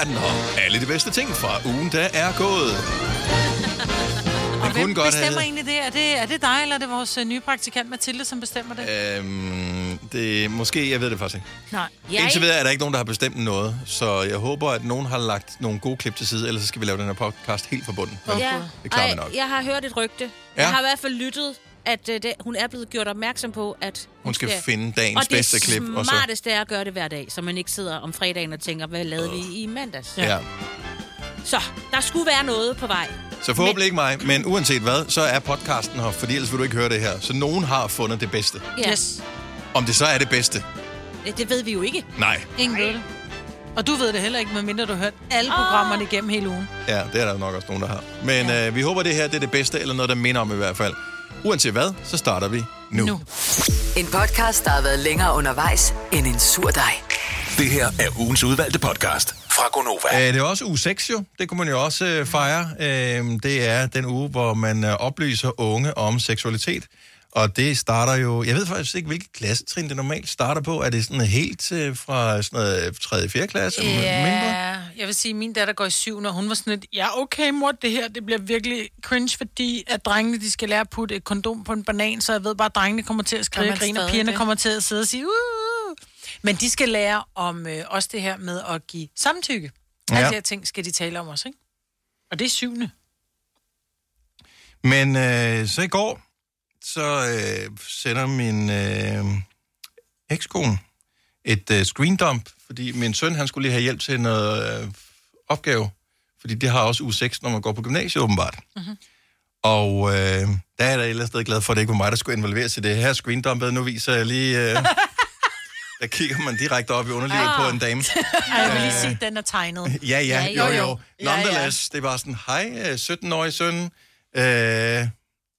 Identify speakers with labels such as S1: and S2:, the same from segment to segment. S1: er den her. Alle de bedste ting fra ugen, der er gået.
S2: Og
S1: Den
S2: hvem
S1: kunne godt have
S2: bestemmer egentlig det? Er, det? er det dig, eller er det vores øh, nye praktikant Mathilde, som bestemmer det? Øh,
S1: heddet- Øhm, det, måske, jeg ved det faktisk ikke.
S2: Nej.
S1: Jeg... Indtil videre er der ikke nogen, der har bestemt noget, så jeg håber, at nogen har lagt nogle gode klip til side, ellers så skal vi lave den her podcast helt fra bunden. Men Det klarer vi nok.
S3: jeg har hørt et rygte. Ja. Jeg har i hvert fald lyttet, at øh, det, hun er blevet gjort opmærksom på, at...
S1: Hun skal finde dagens
S3: og det
S1: bedste klip, og så-
S3: smarteste er at gøre det hver dag, så man ikke sidder om fredagen og tænker, hvad lavede vi i mandags?
S1: Ja.
S3: Så, der skulle være noget på vej.
S1: Så forhåbentlig ikke mig, men uanset hvad, så er podcasten her, fordi ellers vil du ikke høre det her. Så nogen har fundet det bedste.
S3: Ja. Yes.
S1: Om det så er det bedste?
S3: Det ved vi jo ikke.
S1: Nej.
S2: Ingen ved det. Og du ved det heller ikke, medmindre du har hørt alle programmerne igennem hele ugen.
S1: Ja, det er der nok også nogen, der har. Men ja. øh, vi håber, det her det er det bedste, eller noget, der minder om i hvert fald. Uanset hvad, så starter vi nu. nu.
S4: En podcast, der har været længere undervejs end en sur dej.
S5: Det her er ugens udvalgte podcast fra Gonova.
S1: Øh, det er også uge 6 jo. Det kunne man jo også øh, fejre. Øh, det er den uge, hvor man øh, oplyser unge om seksualitet. Og det starter jo... Jeg ved faktisk ikke, hvilket klassetrin det normalt starter på. Er det sådan helt øh, fra sådan noget 3. 4. klasse?
S2: Ja, jeg vil sige, min datter går i syv, og hun var sådan lidt, ja okay mor, det her det bliver virkelig cringe, fordi at drengene de skal lære at putte et kondom på en banan, så jeg ved bare, at drengene kommer til at
S3: Gør
S2: skrive og
S3: man
S2: grine, og
S3: stadig
S2: pigerne
S3: det?
S2: kommer til at sidde og sige, uh, uh. Men de skal lære om øh, også det her med at give samtykke. Ja. Alle
S1: Ja.
S2: de her ting skal de tale om også, ikke? Og det er syvende.
S1: Men øh, så i går, så øh, sender min øh, ekskone et øh, screendump, fordi min søn, han skulle lige have hjælp til noget øh, opgave, fordi det har også u 6, når man går på gymnasiet åbenbart. Mm-hmm.
S2: Mhm.
S1: Og øh, der er jeg da et eller andet sted glad for, at det ikke var mig, der skulle involveres i det her screendumpet. Nu viser jeg lige... Øh, der kigger man direkte op i underlivet ah. på en dame. Øh,
S2: Ej, jeg vil lige sige, at den er tegnet.
S1: Ja, ja, jo, jo. jo.
S2: Ja, ja.
S1: Nonetheless, det var sådan, hej, øh, 17-årig søn. Øh,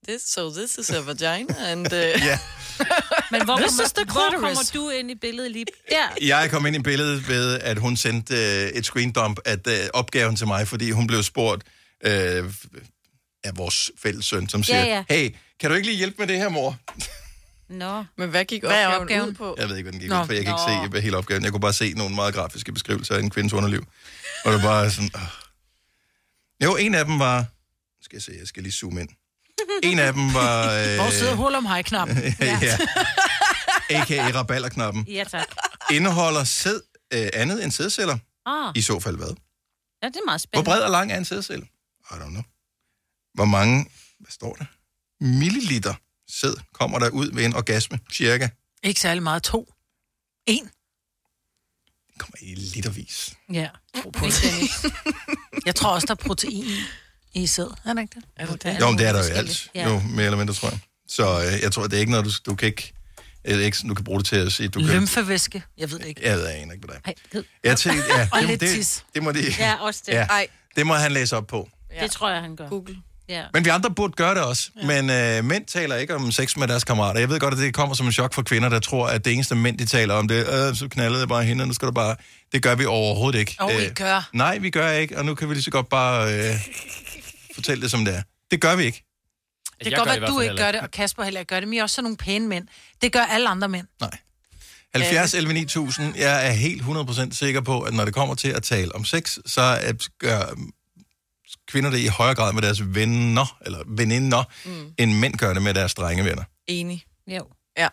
S6: This, so this is a vagina, and... Uh...
S1: Ja.
S3: Men hvor,
S2: This is the
S3: kommer, hvor
S2: clitoris.
S3: kommer du ind i billedet lige der?
S1: Jeg kom ind i billedet ved, at hun sendte øh, et screendump af øh, opgaven til mig, fordi hun blev spurgt øh, af vores fælles søn, som siger, ja, ja.
S3: ja.
S1: hey, kan du ikke lige hjælpe med det her, mor?
S3: Nå.
S6: Men hvad gik
S2: Hvad er
S6: opgaven,
S2: opgaven?
S6: ud på?
S1: Jeg ved ikke, hvordan det gik,
S2: Nå.
S1: ud, for jeg kan ikke se hele opgaven. Jeg kunne bare se nogle meget grafiske beskrivelser af en kvindes underliv. Og det var bare sådan... Øh. Jo, en af dem var... Nu Skal jeg se, jeg skal lige zoome ind. En af dem var... Øh,
S2: Hvor sidder hul om hej-knappen?
S1: ja. ja. A.k.a. rabalderknappen.
S3: Ja, tak.
S1: Indeholder sæd, øh, andet end sædceller?
S3: Ah,
S1: I så fald hvad?
S3: ja, det er meget
S1: Hvor
S3: spændende.
S1: bred og lang er en sædcelle? I don't know. Hvor mange, hvad står der? Milliliter sæd kommer der ud ved en orgasme, cirka.
S2: Ikke særlig meget. To. En.
S1: Det kommer i litervis.
S2: Ja. Jeg tror også, der er protein i, i sæd. Er det ikke det?
S6: Er det det?
S1: Jo, men det er der jo i alt,
S3: Ja.
S1: jo, mere eller mindre, tror jeg. Så øh, jeg tror, det er ikke noget, du, du kan ikke... Eller ikke, sådan, du kan bruge det til at sige, du kan...
S2: Lymfevæske. Jeg ved det ikke.
S1: Jeg ved jeg aner ikke, hvad det er.
S3: Ej, gid.
S1: Jeg tænkte, ja,
S2: Og
S1: det,
S2: lidt
S1: det,
S2: tis.
S1: det, må de,
S3: Ja, også det.
S1: ja,
S6: Ej,
S1: det må han læse op på.
S6: ja.
S3: Det tror jeg, han gør.
S6: Google.
S3: Ja.
S1: Men vi andre burde gøre det også. Ja. Men øh, mænd taler ikke om sex med deres kammerater. Jeg ved godt, at det kommer som en chok for kvinder, der tror, at det eneste mænd, de taler om, det er, øh, så knaldede jeg bare hende, og nu skal du bare... Det gør vi overhovedet ikke. Øh,
S2: Og I gør.
S1: Nej, vi gør ikke, og nu kan vi lige så godt bare øh, fortælle det, som det er. Det gør vi ikke.
S2: Det kan godt være, at du ikke gør det, og Kasper heller ikke gør det, men I er også sådan nogle pæne mænd. Det gør alle andre mænd.
S1: Nej. 70 11 9000. Jeg er helt 100% sikker på, at når det kommer til at tale om sex, så øh, gør øh, kvinder det i højere grad med deres venner, eller veninder, mm. end mænd gør det med deres drengevenner.
S6: Enig.
S3: Jo.
S6: Ja.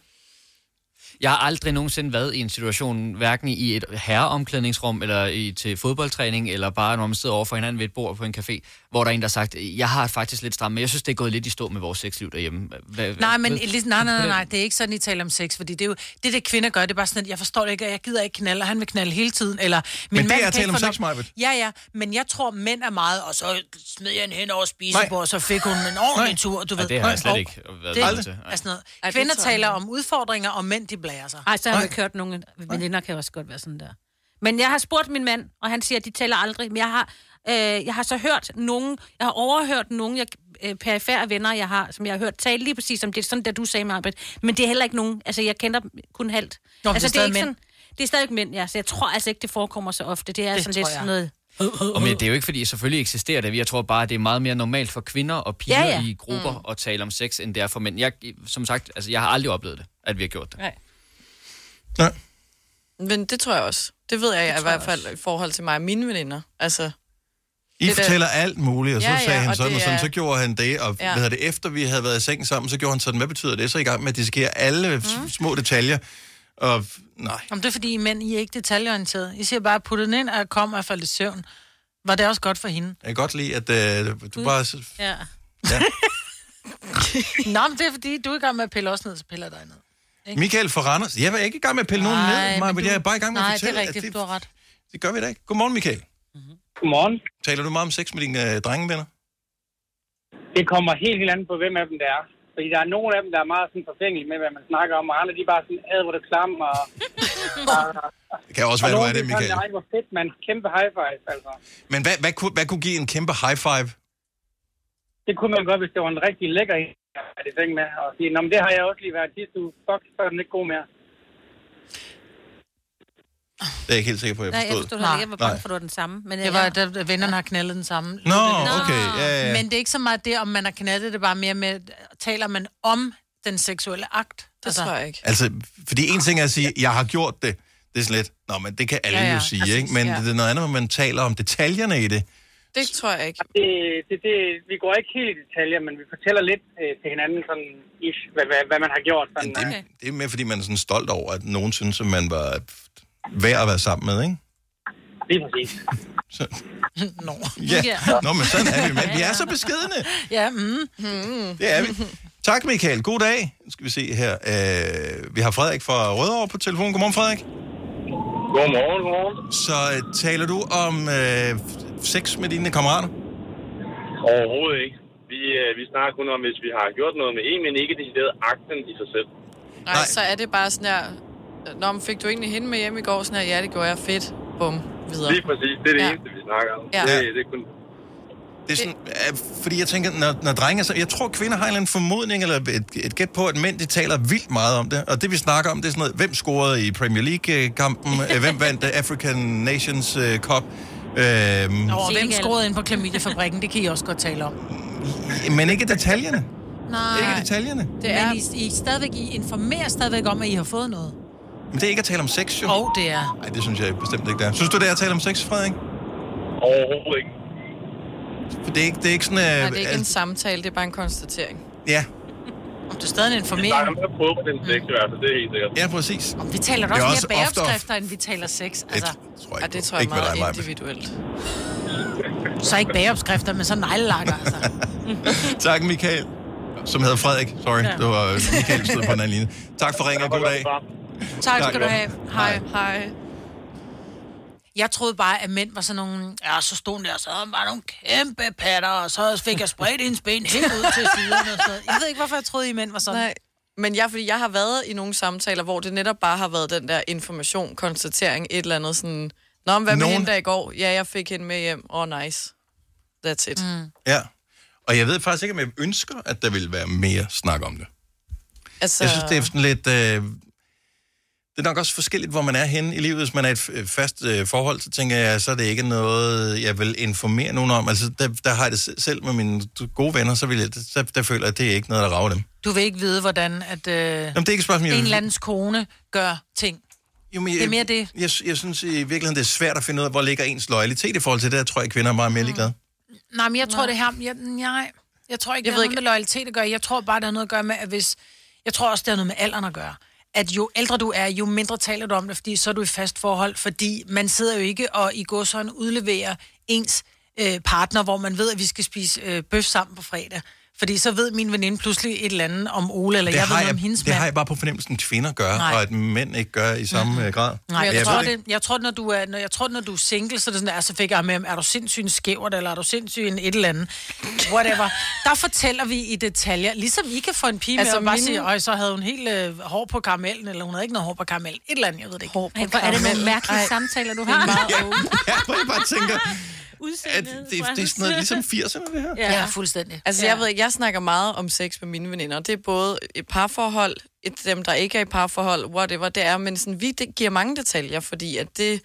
S7: Jeg har aldrig nogensinde været i en situation, hverken i et herreomklædningsrum, eller i, til fodboldtræning, eller bare når man sidder over for hinanden ved et bord på en café, hvor der er en, der har sagt, jeg har faktisk lidt stramt, men jeg synes, det er gået lidt i stå med vores sexliv derhjemme. Hva,
S2: Nej, men Elise, nej, nej, nej, nej, det er ikke sådan, I taler om sex, fordi det er jo det, det kvinder gør, det er bare sådan, at jeg forstår det ikke, og jeg gider ikke knalde, og han vil knalde hele tiden, eller min
S1: Men det
S2: mand
S1: er
S2: kan
S1: at tale
S2: ikke
S1: om
S2: få nok-
S1: sex, Maj-Brit.
S2: Ja, ja, men jeg tror, mænd er meget, og så smed jeg en hen over
S1: Nej.
S2: spisebord, og så fik hun en
S1: Nej.
S2: ordentlig tur, du ved.
S7: det har jeg slet
S2: Og-
S7: ikke været
S2: Det
S7: vidne til.
S2: er sådan
S6: Ej,
S2: noget.
S6: det
S2: Kvinder
S6: tror jeg
S2: taler
S6: ikke.
S2: om udfordringer, og mænd, de blærer sig.
S3: Ej, så har jeg ikke hørt nogen. Veninder kan også godt være sådan der. Men jeg har spurgt min mand, og han siger, at de taler aldrig. Men jeg har, øh, jeg har så hørt nogen, jeg har overhørt nogen jeg, øh, perifære venner, jeg har, som jeg har hørt tale lige præcis om det, sådan der du sagde, Marbet. Men det er heller ikke nogen, altså jeg kender dem kun halvt.
S2: Nå, men
S3: altså,
S2: det er stadig mænd.
S3: det er stadig mænd, ja. Så jeg tror altså ikke, det forekommer så ofte. Det er
S2: Det
S3: det sådan lidt
S2: tror jeg.
S3: sådan noget...
S7: Og men det er jo ikke, fordi selvfølgelig eksisterer det. Jeg tror bare, at det er meget mere normalt for kvinder og piger
S3: Ja,
S7: ja,
S3: ja.
S7: ja. i grupper mm. at tale om sex, end det er for mænd. Jeg, som sagt, altså, jeg har aldrig oplevet det, at vi har gjort det.
S3: Nej.
S1: Nej.
S6: Men det tror jeg også. Det ved jeg, jeg i
S3: tror jeg
S6: hvert fald i forhold til mig og mine veninder. Altså,
S1: I
S6: Det der-
S1: fortæller alt muligt, og så
S6: Ja, ja,
S1: sagde han
S6: og
S1: sådan,
S6: det
S1: og sådan,
S6: er-
S1: så gjorde han det, og
S6: Ja.
S1: hvad hedder det, efter vi havde været i seng sammen, så gjorde han sådan, hvad betyder det? Så er I i gang med at dissekere alle mm. små detaljer, og nej.
S2: Om det er fordi, I mænd, I er ikke detaljeorienteret. I siger bare, put den ind, og jeg kom og jeg faldt i søvn. Var det også godt for hende?
S1: Jeg kan godt lide, at øh, du bare...
S3: Ja.
S2: Nå, men det er fordi, du er i gang med at pille os ned, så piller jeg dig ned.
S1: Michael for Randers. Jeg er ikke i gang med at pille nogen ned, Maja,
S2: men
S1: men
S2: du-
S1: jeg er bare i gang med
S2: Nej,
S1: at fortælle,
S2: det er rigtigt,
S1: at
S2: du har ret.
S1: det, det gør vi da ikke. Godmorgen, Michael.
S8: Godmorgen.
S1: Taler du meget om sex med dine øh, drengevenner?
S8: Det kommer helt helt andet på, hvem af dem det er. Fordi der er nogle af dem, der er meget sådan forfængelige med, hvad man snakker om, og andre de er bare sådan, ad hvor det klamme, og, og,
S1: Det kan også
S8: og
S1: være, du
S8: nogle
S1: er det,
S8: er sådan,
S1: Michael.
S8: nej, hvor fedt, man. Kæmpe high five, altså.
S1: Men hvad, hvad, kunne, hvad kunne give en kæmpe high five?
S8: Det kunne man godt, hvis det var en rigtig lækker en, at være i seng med, og sige, nå, men det har jeg også lige været sidste uge. Fuck, så er den ikke god mere.
S1: Det er jeg ikke helt sikker på, at
S3: Nej,
S1: jeg
S3: jeg
S1: forstod.
S3: forstod det ikke. Jeg var bange
S1: Nej.
S3: for, at det var den samme. Men
S2: Det var, da vennerne har knaldet den samme.
S1: Nå,
S2: Det er det.
S1: okay. Ja, ja, ja.
S2: Men det er ikke så meget det, om man har knaldet det, er bare mere med, taler man om den seksuelle akt?
S6: det altså, tror jeg ikke.
S1: Altså, fordi en ting er at sige, jeg har gjort det. Det er sådan lidt, nå, men det kan alle ja,
S2: Ja,
S1: ja.
S2: ja,
S1: jo sige,
S2: præcis,
S1: ikke? Men
S2: ja.
S1: det er noget andet, når man taler om detaljerne i det.
S6: Det tror jeg ikke.
S8: Det, det, det, vi går ikke helt i detaljer, men vi fortæller lidt øh, til hinanden, sådan, ish, hvad, hvad, hvad man har gjort. Sådan, øh.
S1: Men det, okay. det er mere, fordi man er sådan stolt over, at nogen synes, at man var værd at være sammen med, ikke?
S8: Lige præcis.
S1: Så,
S2: Nå.
S1: ja. ja. Nå, men sådan er vi, men vi er så beskedende.
S2: Ja, mm.
S1: Det er vi. Tak, Michael. God dag. Nu skal vi se her. Øh, vi har Frederik fra Rødovre på telefonen. Godmorgen, Frederik.
S8: Godmorgen, godmorgen.
S1: Så øh, taler du om øh, sex med dine kammerater?
S9: Overhovedet ikke. Vi, øh, vi snakker kun om, hvis vi har gjort noget med en, men ikke decideret akten i sig selv.
S6: Nej,
S1: Nej.
S6: så er det bare sådan her... Nå, men fik du egentlig hende med hjem i går? Sådan her, ja, det gjorde jeg. Fedt. Bum. Videre.
S9: Lige præcis. Det er det
S6: Ja.
S9: ja. eneste, vi snakker om.
S6: Ja.
S9: Det, det er kun...
S1: Det er sådan, øh, fordi jeg tænker, når, når drenge er så, Jeg tror, kvinder har en eller anden formodning, eller et, et gæt på, at mænd de taler vildt meget om det. Og det, vi snakker om, det er sådan noget, hvem scorede i Premier League-kampen? Øh, hvem vandt øh, African Nations øh, Cup? Øhm,
S2: Og hvem
S3: Senegal.
S2: skruede ind på klamidiefabrikken, det kan I også godt tale om.
S1: men ikke detaljerne. Ikke
S2: Nej,
S1: detaljerne.
S6: Det er...
S2: men I, I, stadigvæk, I informerer stadigvæk om, at I har fået noget.
S1: Men det er ikke at tale om sex, jo.
S2: Og det er.
S1: Nej, det synes jeg bestemt ikke, det er. Synes du, det er at tale om sex, Frederik?
S9: Overhovedet ikke.
S1: For det er ikke, det er ikke sådan... Øh,
S6: Nej, det er ikke en
S1: altså,
S6: samtale, det er bare en konstatering.
S1: ja.
S2: Om du stadig
S9: Der
S2: informerer.
S9: er mere på på den sex, i hvert fald. Det er helt sikkert.
S1: ja, præcis.
S2: Om vi taler da
S1: Det er
S2: også, også
S1: også
S2: mere
S1: oftere-
S2: bageopskrifter, end vi taler sex.
S1: Det
S2: Altså,
S1: tror jeg
S6: Ja,
S1: ikke
S6: det
S1: på.
S6: tror jeg ikke
S1: ikke med
S6: meget
S1: dig, Maja.
S6: individuelt.
S2: så ikke bageopskrifter, men så neglelakker, altså.
S1: Tak, Michael. Som hedder Frederik. Sorry, ja. det var Michael, der stod på en anden linje. Tak for ringen, og god dag.
S2: Tak skal du have.
S6: Hej, hej.
S2: Jeg troede bare, at mænd var sådan nogle... Ja, så stod hun der, og så havde hun bare nogle kæmpe patter, og så fik jeg spredt hendes ben helt ud til siderne og sådan noget. Jeg ved ikke, hvorfor jeg troede, I mænd var sådan.
S6: Nej. Men jeg, fordi jeg har været i nogle samtaler, hvor det netop bare har været den der information, konstatering, et eller andet sådan... Nå, men hvad med
S1: Nogen-
S6: hende der i går? Ja, jeg fik hende med hjem. Åh, oh, nice. That's it. Mm.
S1: Ja. Og jeg ved faktisk ikke, om jeg ønsker, at der ville være mere snak om det.
S6: Altså,
S1: Jeg synes, det er sådan lidt... Øh, det er nok også forskelligt, hvor man er henne i livet. Hvis man er i et øh, fast øh, forhold, så tænker jeg, så er det ikke noget, jeg vil informere nogen om. Altså, der, der har jeg det se- selv med mine gode venner, så, vil jeg, så der føler jeg, at det er ikke noget, der rager dem.
S2: Du vil ikke vide, hvordan at, øh, en
S1: Jamen, det er ikke et spørgsmål, jeg vil-
S2: eller andens kone gør ting.
S1: Jo, men,
S2: Det er mere det.
S1: Jeg, jeg, jeg synes i virkeligheden, det er svært at finde ud af, hvor ligger ens loyalitet i forhold til det. Jeg tror, at kvinder er meget
S2: Mm.
S1: mere ligeglade.
S2: Nej, men jeg tror, det er ham. Jeg, nej, jeg tror ikke, jeg det
S6: Jeg
S2: har
S6: ved
S2: noget med loyalitet at gøre. Jeg tror bare, det har noget at gøre med, at hvis... Jeg tror også, det har noget med alderen at gøre. At jo ældre du er, jo mindre taler du om det, fordi så er du i fast forhold. Fordi man sidder jo ikke og i godsøjne udleverer ens øh, partner, hvor man ved, at vi skal spise øh, bøf sammen på fredag. Fordi så ved min veninde pludselig et eller andet om Ole, eller det jeg ved noget om hendes
S1: det
S2: mand.
S1: har jeg bare på fornemmelsen, kvinder gør,
S2: Nej.
S1: og at mænd ikke gør i samme mm-hmm. grad.
S2: Nej, jeg,
S1: Men
S2: jeg,
S1: ved
S2: tror,
S1: ikke.
S2: det, jeg tror, når du er, når, jeg tror, når du er single, så er det sådan, at så fik jeg med, er du sindssyg en skævert, eller er du sindssyg en et eller andet, whatever. Der fortæller vi i detaljer, ligesom I kan få en pige altså
S6: Altså
S2: med, og bare
S6: mine-
S2: sige, øj, så havde hun helt øh, hår på karamellen, eller hun havde ikke noget hår på karamellen, et eller andet, jeg ved det ikke. Hår.
S3: Ej, hvor er det nogle mærkelige samtaler, du har.
S1: Ja, hvor jeg bare tænker, at
S3: Udseendet,
S1: det, det er sådan noget ligesom 80'erne, det her.
S3: Ja.
S2: Ja, fuldstændig.
S6: Altså, ja. jeg ved ikke, jeg snakker meget om sex med mine veninder. Det er både et parforhold, et dem, der ikke er i parforhold, whatever det er, men sådan, vi det giver mange detaljer, fordi at det, det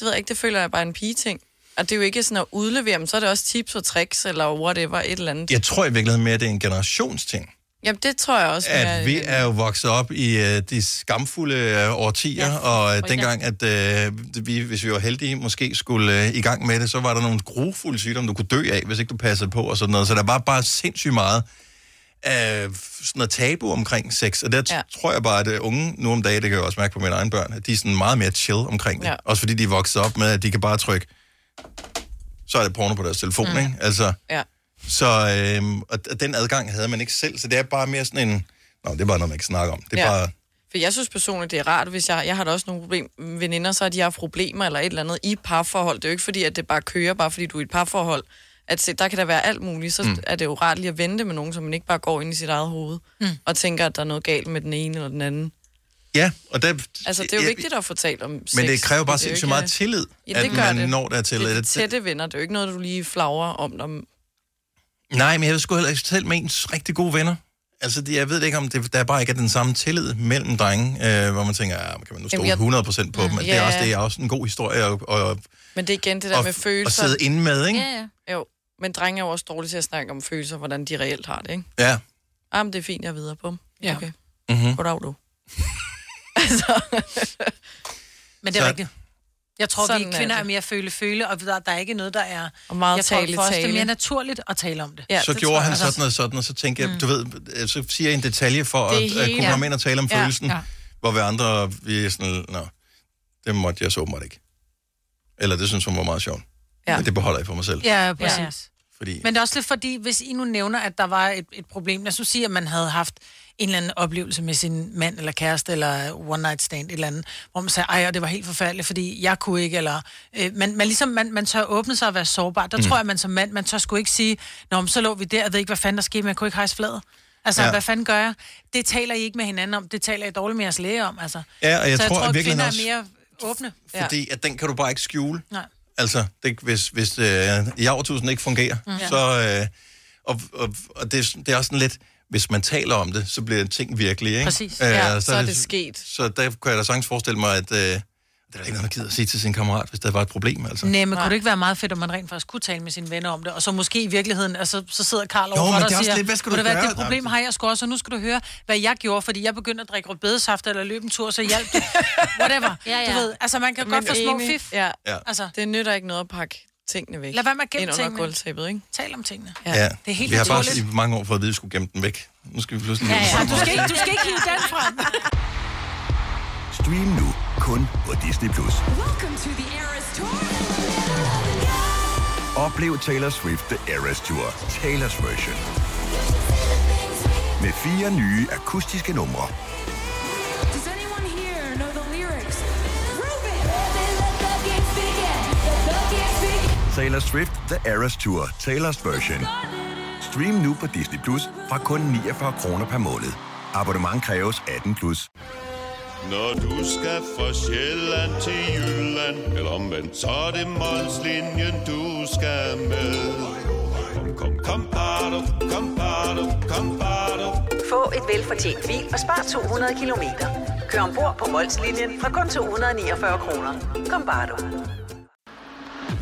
S6: ved jeg ikke, det føler jeg bare er en pige-ting. Og det er jo ikke sådan at udlevere dem, så er det også tips og tricks, eller whatever, et eller andet.
S1: Jeg tror i virkeligheden mere, at det er en generationsting.
S6: Jamen, det tror jeg også.
S1: at vi er jo vokset op i øh, de skamfulde øh, årtier, ja, og øh, dengang, at øh, vi, hvis vi var heldige, måske skulle øh, i gang med det, så var der nogle grufulde sygdomme, du kunne dø af, hvis ikke du passede på og sådan noget. Så der var bare sindssygt meget af sådan noget tabu omkring sex, og der ja. tror jeg bare, at øh, unge nu om dagen, det kan jeg også mærke på mine egne børn, at de er sådan meget mere chill omkring det.
S6: Ja.
S1: Ja. Også fordi de er vokset op med, at de kan bare trykke, så er det porno på deres telefon,
S6: Mm.
S1: mm. ikke? Altså,
S6: Ja.
S1: så øhm, og og den adgang havde man ikke selv, så det er bare mere sådan en... Nå, det er bare noget, man ikke snakker om. Det er
S6: Ja.
S1: ja. bare...
S6: For jeg synes personligt, det er rart, hvis jeg... Jeg har da også nogle problem, veninder, så har de haft problemer eller et eller andet i parforhold. Det er jo ikke fordi, at det bare kører, bare fordi du er i et parforhold. At se, der kan der være alt muligt, så mm.
S1: Mm.
S6: er det jo rart lige at vente med nogen, så man ikke bare går ind i sit eget hoved mm. og tænker, at der er noget galt med den ene eller den anden.
S1: Ja, og der,
S6: Altså, det er jo vigtigt at fortælle om sex.
S1: men det kræver
S6: er
S1: bare
S6: jo
S1: sindssygt
S6: ikke-
S1: meget tillid,
S6: Ja, det
S1: at
S6: gør
S1: man
S6: det.
S1: når der til.
S6: Det er
S1: Det-
S6: tætte venner, det er jo ikke noget, du lige flagrer om dem.
S1: Nej, men jeg ved sgu heller ikke selv med ens rigtig gode venner. Altså, det, jeg ved det ikke, om det, der er bare ikke er den samme tillid mellem drenge, øh, hvor man tænker, ja, kan man nu
S6: Jamen,
S1: stole
S6: jeg-
S1: 100% på dem? Altså,
S6: Mm,
S1: Det er
S6: ja.
S1: også, det er også en god historie at, at,
S6: Men det er igen det der med
S1: at, at, at
S6: følelser.
S1: sidde inde med, ikke?
S3: Ja, ja.
S6: Jo, men drenge er jo også dårlige til at snakke om følelser, hvordan de reelt har det, ikke?
S1: Ja.
S6: Ah, men det er fint, jeg er videre på dem.
S2: Ja.
S6: Okay,
S1: Mm-hmm.
S6: goddag du. Altså.
S2: Men det er
S1: Så-
S2: rigtigt. Jeg tror,
S6: Sådan
S2: Sådan
S6: er
S2: vi kvinder er,
S6: det.
S2: er mere føle-føle, og der, der er ikke noget, der er...
S6: Og meget
S2: Jeg
S6: tale,
S2: tror for os, det er
S6: tale.
S2: mere naturligt at tale om det.
S6: Ja,
S1: så
S6: det tror
S1: gjorde han
S6: jeg
S1: sådan
S6: også. Mm.
S1: og sådan, og så tænkte jeg, du ved, øh, så siger jeg en detalje for
S6: Det
S1: at,
S6: er
S1: at
S6: hele-
S1: kunne komme ind og tale om
S6: Ja,
S1: følelsen,
S2: ja.
S1: hvor vi andre, vi er sådan, nå, det måtte jeg så åbenbart ikke. Eller det synes hun var meget sjovt.
S6: Ja.
S1: Ja. Det beholder jeg for mig selv. Ja.
S2: Ja, præcis.
S1: Fordi,
S2: Men det er også lidt fordi, hvis I nu nævner, at der var et, et problem, lad os nu sige, at man havde haft en eller anden oplevelse med sin mand eller kæreste, eller one night stand, et eller andet, hvor man sagde, ej, og det var helt forfærdeligt, fordi jeg kunne ikke, eller... Øh, man, man, ligesom, man, man tør åbne sig og være sårbar. Der mm. tror jeg, man som mand, man tør sgu ikke sige, nå, men så lå vi der, jeg ved ikke, hvad fanden der skete, men jeg kunne ikke hejse fladet. Altså, ja.
S1: Ja.
S2: hvad fanden gør jeg? Det taler I ikke med hinanden om, det taler I dårligt med jeres læge om, altså.
S1: ja, og jeg,
S2: så
S1: tror, at virkelig
S2: kvinder
S1: også,
S2: er mere åbne.
S6: Ja.
S1: fordi at den kan du bare ikke skjule.
S2: Nej.
S1: Altså, det, hvis, hvis øh, javertusen ikke fungerer, mm. så... Øh, og og, og det, er- det er også sådan lidt, hvis man taler om det, så bliver ting virkelig, ikke?
S2: Præcis.
S1: Øh,
S6: Ja, så er det sket.
S1: Så der kunne jeg da sagtens forestille mig, at øh, der er da ikke noget, man gider at sige til sin kammerat, hvis der var et problem, altså.
S2: Nej, men kunne det ikke være meget fedt, om man rent faktisk kunne tale med sine venner om det, og så måske i virkeligheden, og så, så sidder Karl over
S1: men
S2: for dig
S1: det er
S2: og
S1: også
S2: siger,
S1: lidt, hvad skal du
S2: "Ved hvad,
S1: gøre?"
S2: det problem har jeg sgu også, og nu skal du høre, hvad jeg gjorde, fordi jeg begyndte at drikke rødbedesaft eller løbe en tur, så hjalp det. Whatever.
S3: Ja, ja.
S2: Du ved, altså man kan godt få små
S6: enig.
S2: fif.
S6: Ja.
S1: Ja.
S2: Altså,
S6: Det nytter ikke noget at pakke tingene væk.
S2: Lad være med at gemme
S6: Ind under
S2: tingene.
S6: gulvtæppet, ikke?
S2: tal om tingene.
S6: Ja.
S1: Ja,
S2: er helt
S1: vi har
S2: naturligt.
S1: faktisk i mange år fået at vide, at vi skulle gemme den væk. Nu skal vi pludselig... Ja,
S3: ja.
S2: Du skal ikke, du skal ikke hive den frem.
S5: Stream nu kun på Disney+. Plus. Oplev Taylor Swift The Eras Tour, Taylor's version. Med fire nye akustiske numre. Taylor Swift The Eras Tour, Taylor's version. Stream nu på Disney Plus fra kun 49 kroner per måned. Abonnement kræves 18 plus.
S10: Når du skal fra Sjælland til Jylland, eller omvendt, så er det Molslinjen, du skal med. Kom, kom, kom, bado, kom, bado, kom, bado.
S11: Få et velfortjent bil og spar 200 kilometer. Kør ombord på Molslinjen fra kun 249 kroner. Kom bare du.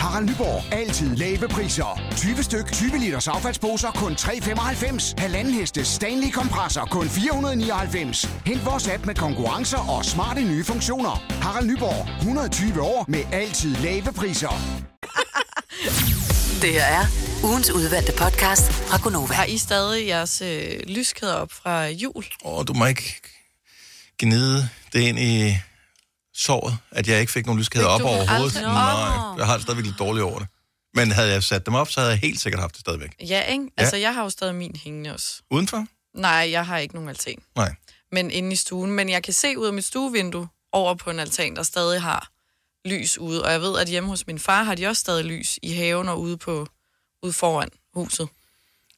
S10: Harald Nyborg. Altid lave priser. 20 styk, 20 liters affaldsposer kun 3,95. Halvanden heste Stanley kompresser kun 499. Hent vores app med konkurrencer og smarte nye funktioner. Harald Nyborg. 120 år med altid lave priser.
S4: Det her er ugens udvalgte podcast fra Gonova.
S6: Har I stadig jeres øh, lyskæder op fra jul?
S1: Og du må ikke gnide det ind i såret, at jeg ikke fik nogen lyskæder op overhovedet.
S6: aldrig-
S1: Nej, jeg har det stadigvæk lidt dårligt over det. Men havde jeg sat dem op, så havde jeg helt sikkert haft det stadigvæk.
S6: Ja, ikke? Altså, jeg har jo stadig min hængende også.
S1: Udenfor?
S6: Nej, jeg har ikke nogen altan.
S1: Nej.
S6: Men inde i stuen. Men jeg kan se ud af mit stuevindue over på en altan, der stadig har lys ude. Og jeg ved, at hjemme hos min far har de også stadig lys i haven og ude, på, ude foran huset.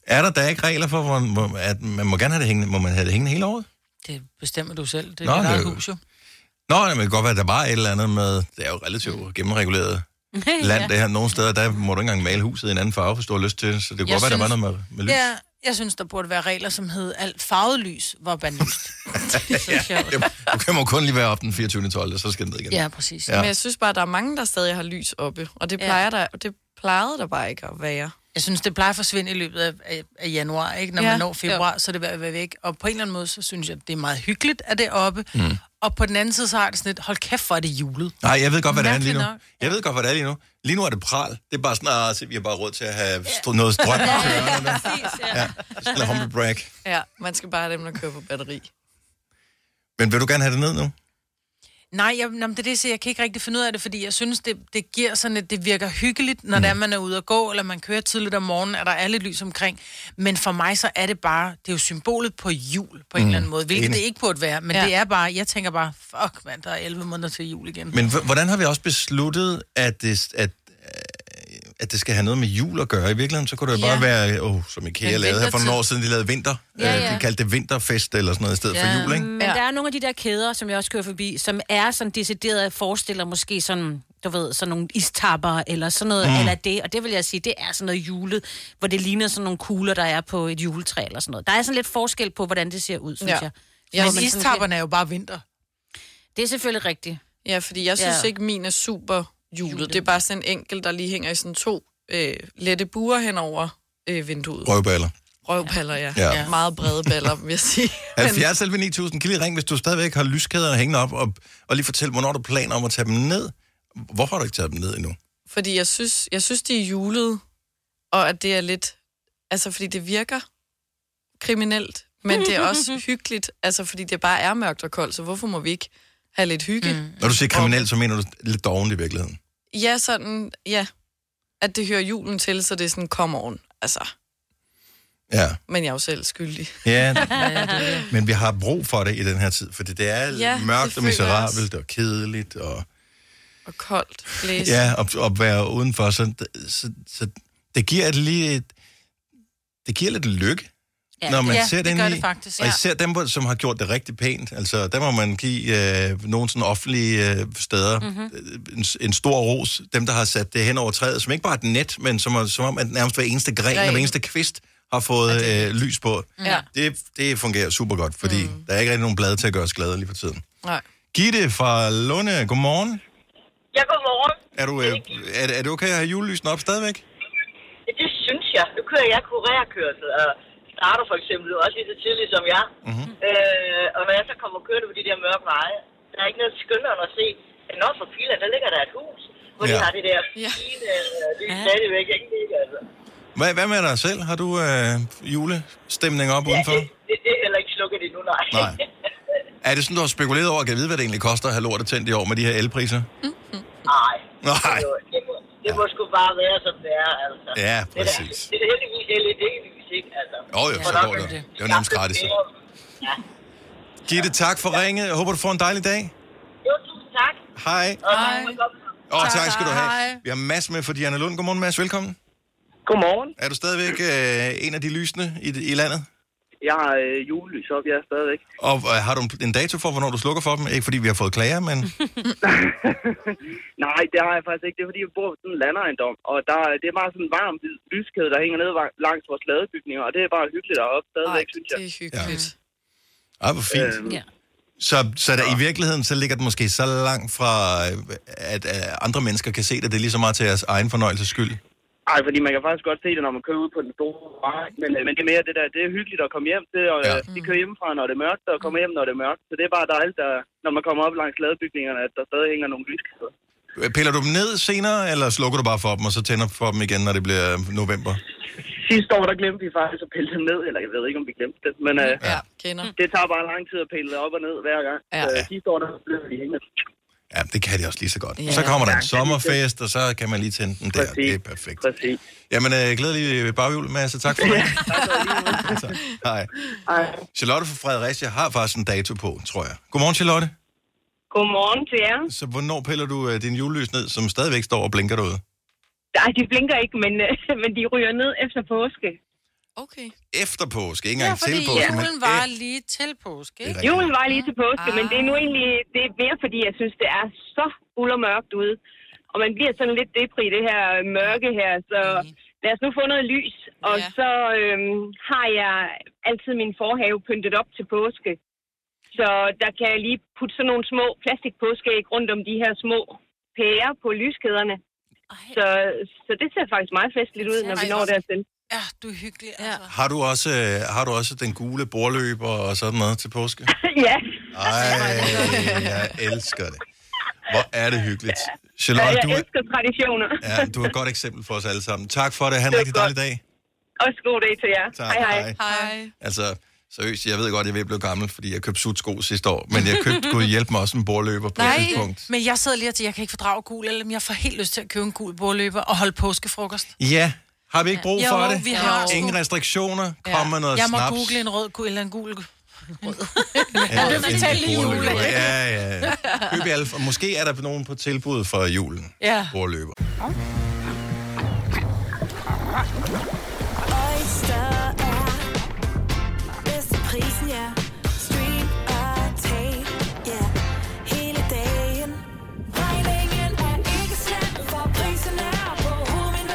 S1: Er der da ikke regler for, hvor, hvor, at man må gerne have det hængende, må man have det hængende hele året?
S2: Det bestemmer du selv. Det
S1: Nå,
S2: er dit eget
S1: det er jo-
S2: hus jo.
S1: Nå, jamen, det kan godt være, at der bare er et eller andet med, det er jo relativt gennemreguleret land, det her. Nogle steder, der må du ikke engang male huset i en anden farve, hvis du har lyst til det. Så det kan
S2: Jeg
S1: godt være, der var
S2: synes-
S1: noget med, med lys.
S2: Ja, jeg synes, der burde være regler, som hed alt farvet lys var bandlyst.
S1: ja, det- du kan må kun lige være op den 24. 12. og så skal den ned igen.
S2: Ja, præcis.
S6: Ja. Men jeg synes bare, at der er mange, der stadig har lys oppe, og det, plejer der, det plejede der bare ikke at være.
S2: Jeg synes, det plejer at forsvinde i løbet af, af, af januar, ikke? Når ja.
S6: Ja.
S2: man når februar, så er det ved at være væk. Og på en eller anden måde, så synes jeg, det er meget hyggeligt, at det er oppe. Mm. Og på den anden side, så har jeg det sådan lidt, hold kæft, hvor er det julet.
S1: Nej, jeg ved godt, hvad det er lige
S2: Mærkeligt
S1: nu.
S2: nok.
S1: Jeg ved godt, hvad det er lige nu. Lige nu er det pral. Det er bare sådan, ah, se, vi har bare råd til at have str- noget strøm.
S6: Ja,
S1: til
S6: ja,
S1: ørerne.
S6: præcis, ja.
S1: ja. Eller humble brag.
S6: Ja, man skal bare have dem, der kører på batteri.
S1: Men vil du gerne have det ned nu?
S2: Nej, jeg, nå, men det er det, så jeg kan ikke rigtig finde ud af det, fordi jeg synes, det, det giver sådan, at det virker hyggeligt, når mm. det er, man er ude at gå, eller man kører tidligt om morgenen, og der er lidt lys omkring. Men for mig, så er det bare, det er jo symbolet på jul, på en
S1: Mm.
S2: eller anden måde, hvilket
S1: Enig.
S2: det ikke burde være. Men ja. det er bare, jeg tænker bare, fuck mand, der er 11 måneder til jul igen.
S1: Men h- hvordan har vi også besluttet, at det, at, øh, at det skal have noget med jul at gøre? I virkeligheden, så kunne det jo
S2: Ja.
S1: bare være, oh, som IKEA
S7: Men
S1: lavede her for nogle
S7: vintertid.
S1: år siden, de lavede vinter.
S3: Ja,
S1: Ja, ja.
S3: ja.
S1: De kaldte det vinterfest eller sådan noget i stedet for jul, ikke?
S3: Men der er nogle af de der kæder, som jeg også kører forbi, som er sådan decideret forestiller måske sådan, du ved, sådan nogle istapper eller sådan noget,
S1: Mm.
S3: mm. eller det, og det vil jeg sige, det er sådan noget julet, hvor det ligner sådan nogle kugler, der er på et juletræ eller sådan noget. Der er sådan lidt forskel på, hvordan det ser ud, synes
S6: Ja.
S3: jeg.
S6: Ja,
S3: Hvor
S6: men
S3: man sådan
S6: istapperne
S2: er jo bare vinter.
S3: Det er selvfølgelig rigtigt.
S6: Ja, fordi jeg
S3: Ja.
S6: synes ikke, min er super julet. Det er bare sådan en enkelt, der lige hænger i sådan to øh, lette buer hen over øh, vinduet.
S1: Røvballer.
S6: Røvpaller, ja.
S1: Ja.
S6: ja. ja. Meget brede baller, vil jeg sige.
S1: 70 selv 9000. Kan lige ringe, hvis du stadigvæk har lyskæderne hængende op, og, og lige fortæl, hvornår du planer om at tage dem ned. Hvorfor har du ikke taget dem ned endnu?
S6: Fordi jeg synes, jeg synes, de er julede, og at det er lidt... Altså, fordi det virker kriminelt, men det er også hyggeligt, altså, fordi det bare er mørkt og koldt, så hvorfor må vi ikke have lidt hygge? Mm.
S1: Når du siger kriminel, så mener du lidt dovent i virkeligheden.
S6: Ja, sådan, ja, at det hører julen til, så det er sådan, come on, altså.
S1: Ja.
S6: Men jeg er jo selv skyldig.
S1: Ja,
S6: det er det.
S1: men vi har brug for det i den her tid, for det er ja,
S6: Ja,
S1: mørkt
S6: det
S1: og
S6: føler jeg også.
S1: miserabelt og kedeligt. Og,
S6: og koldt blæs.
S1: ja, og, og være udenfor. Så, så, så det giver et lige et, det giver lidt lykke, ja,
S2: Ja,
S1: når man
S2: ja,
S1: ser
S2: det
S1: den
S2: gør
S1: i.
S2: det faktisk,
S1: Og
S2: ja.
S1: især dem, hvor- som har gjort det rigtig pænt. Altså, der må man give øh, nogle sådan offentlige øh, steder
S2: Mhm.
S1: mm-hmm. en, en stor ros. Dem, der har sat det hen over træet, som ikke bare er et net, men som, er- som om, at nærmest hver eneste gren og
S12: Gren.
S1: hver eneste kvist har fået øh, lys på.
S12: Ja.
S1: Det, det fungerer super godt, fordi mm. der er ikke rigtig nogen blade til at gøre os glade lige for tiden.
S6: Nej.
S1: Gitte fra Lunde, godmorgen.
S13: Ja, godmorgen.
S1: Er du, øh, er, er det okay at have julelysene op stadigvæk?
S13: Ja, Det synes jeg. Nu kører jeg kurerkørsel og starter for eksempel også lige så tidligt som jeg.
S1: Mhm.
S13: Mm-hmm. Øh, og når jeg så kommer kørende på de der mørke veje, der er ikke noget skønnere end at se, at når for filen, der ligger der et hus, hvor ja. de
S1: Ja.
S13: har det der fine øh, lys ja. stadigvæk. Jeg kan lide det, altså.
S1: Hvad, hvad med dig selv? Har du øh, julestemning op ja, udenfor?
S13: det, det, det er heller ikke slukket endnu, nej.
S1: Nej. Er det sådan, du har spekuleret over, at kan vide, hvad det egentlig koster at have lortet tændt i år med de her elpriser?
S13: nej.
S1: Nej.
S13: Det, må, det, må, det må sgu bare være, som det er, altså.
S1: Ja,
S13: Det er da-
S1: præcis.
S13: Det er heldigvis LED-lys, ikke? Altså.
S1: Jo, jo, så
S13: Hvor nok
S1: går
S13: er
S1: det. Det er jo nærmest gratis. så.
S13: Ja.
S1: Gitte, tak for ringet. Jeg håber, du får en dejlig dag.
S13: Jo, tusind tak.
S1: Hej.
S13: Og tak for velkommen.
S1: Åh, oh, tak skal du have. Vi har Mads med fra Diana Lund. Godmorgen, Mads. Velkommen.
S14: Godmorgen.
S1: Er du stadigvæk øh, en af de lysende i, i landet?
S14: Jeg har øh, julelys op, jeg er stadigvæk.
S1: Og øh, har du en- en dato for, hvornår du slukker for dem? Ikke fordi vi har fået klager, men...
S14: Nej, det har jeg faktisk ikke. Det er fordi, jeg bor på sådan en landejendom, og der, det er bare sådan en varm hvid lyskæde, der hænger ned va- langs vores ladebygninger, og det er bare hyggeligt at op stadigvæk, Ej, synes jeg.
S6: det er hyggeligt.
S1: Ej, Ah, hvor fint.
S14: Øhm, ja.
S1: Så, så der, i virkeligheden, så ligger det måske så langt fra, øh, at øh, andre mennesker kan se det. Det er lige så meget til jeres egen fornøjelses skyld.
S14: Ej, fordi man kan faktisk godt se det, når man kører ud på den store vej, men, øh, men det er mere det der, det er hyggeligt at komme hjem til, og ja. de kører hjemmefra, når det er mørkt, og kommer hjem, når det er mørkt. Så det er bare dejligt, at, når man kommer op langs ladebygningerne, at der stadig hænger nogle lyskæder.
S1: Øh, Piller du dem ned senere, eller slukker du bare for dem, og så tænder for dem igen, når det bliver november?
S14: Sidste år, der glemte vi faktisk at pille dem ned, eller jeg ved ikke, om vi glemte det, men øh,
S1: ja.
S6: Kender.
S14: det tager bare lang tid at pille det op og ned hver gang. Ja. Øh, sidste år, der blev de hængende.
S1: Ja, det kan de også lige så godt.
S14: Ja.
S1: Så kommer der en
S14: Ja, kan de ikke
S1: sommerfest, og så kan man lige tænde den der. Det er perfekt.
S14: Præcis.
S1: Jamen, øh, glædelig baghjul, Mads, og tak for det. Tak. Hej. Charlotte fra Fredericia har faktisk en dato på, tror jeg. Godmorgen, Charlotte.
S15: Godmorgen til jer.
S1: Så hvornår piller du øh, din julelys ned, som stadigvæk står og blinker derude?
S15: Ej, de blinker ikke, men, øh, men de ryger ned efter påske.
S6: Okay.
S1: Efter påske, ikke engang
S15: ja, fordi
S1: til påske. men
S15: julen var lige til påske,
S1: Det er
S15: ikke?
S1: rigtigt.
S15: Julen var lige til påske, ah. men det er nu egentlig det er mere, fordi jeg synes, det er så guld og mørkt ude. Og man bliver sådan lidt depri i det her mørke her, så
S2: Mhm.
S15: lad os nu få noget lys. Og ja. så øhm, har jeg altid min forhave pyntet op til påske. Så der kan jeg lige putte sådan nogle små plastikpåskeæg rundt om de her små pærer på lyskæderne. Så, så det ser faktisk meget festligt ud, når vi når dertil.
S2: Ja, du er hyggelig. Ja. Altså.
S1: Har du, også, øh, har du også den gule borløber og sådan noget til påske?
S15: ja.
S1: Ej, jeg elsker det. Hvor er det hyggeligt. Charlotte,
S15: ja,
S1: du,
S15: jeg
S1: er-
S15: elsker traditioner.
S1: ja, du er et godt eksempel for os alle sammen. Tak for det. Ha' en rigtig dejlig dag.
S15: Også god dag til jer.
S1: Tak,
S15: hej, hej.
S6: hej.
S1: Altså, seriøst, jeg ved godt, at jeg er ved at blive gammel, fordi jeg købte sutsko sidste år, men jeg købte kunne hjælpe mig også en borløber på et
S2: Nej,
S1: tidspunkt.
S2: men jeg sidder lige og tænker, jeg kan ikke fordrage gul, eller jeg får helt lyst til at købe en gul bordløber og holde påskefrokost.
S1: Ja, har vi ikke brug
S2: Jo,
S1: for det?
S2: vi har
S1: Ingen
S2: sgu.
S1: restriktioner. Kom med noget
S2: jeg må
S1: snaps.
S2: google en rød gul, eller en gul. Rød.
S1: Ja,
S2: jeg blev fortalt i jul.
S1: borløber. Ja, ja. ja. Køb i alle, og måske er der nogen på tilbud for julen.
S2: Ja.
S1: Borløber.
S12: Oyster er bedst til prisen, ja. Stream og tag, ja. Hele dagen. Regningen er ikke slem, for prisen er på hovedet.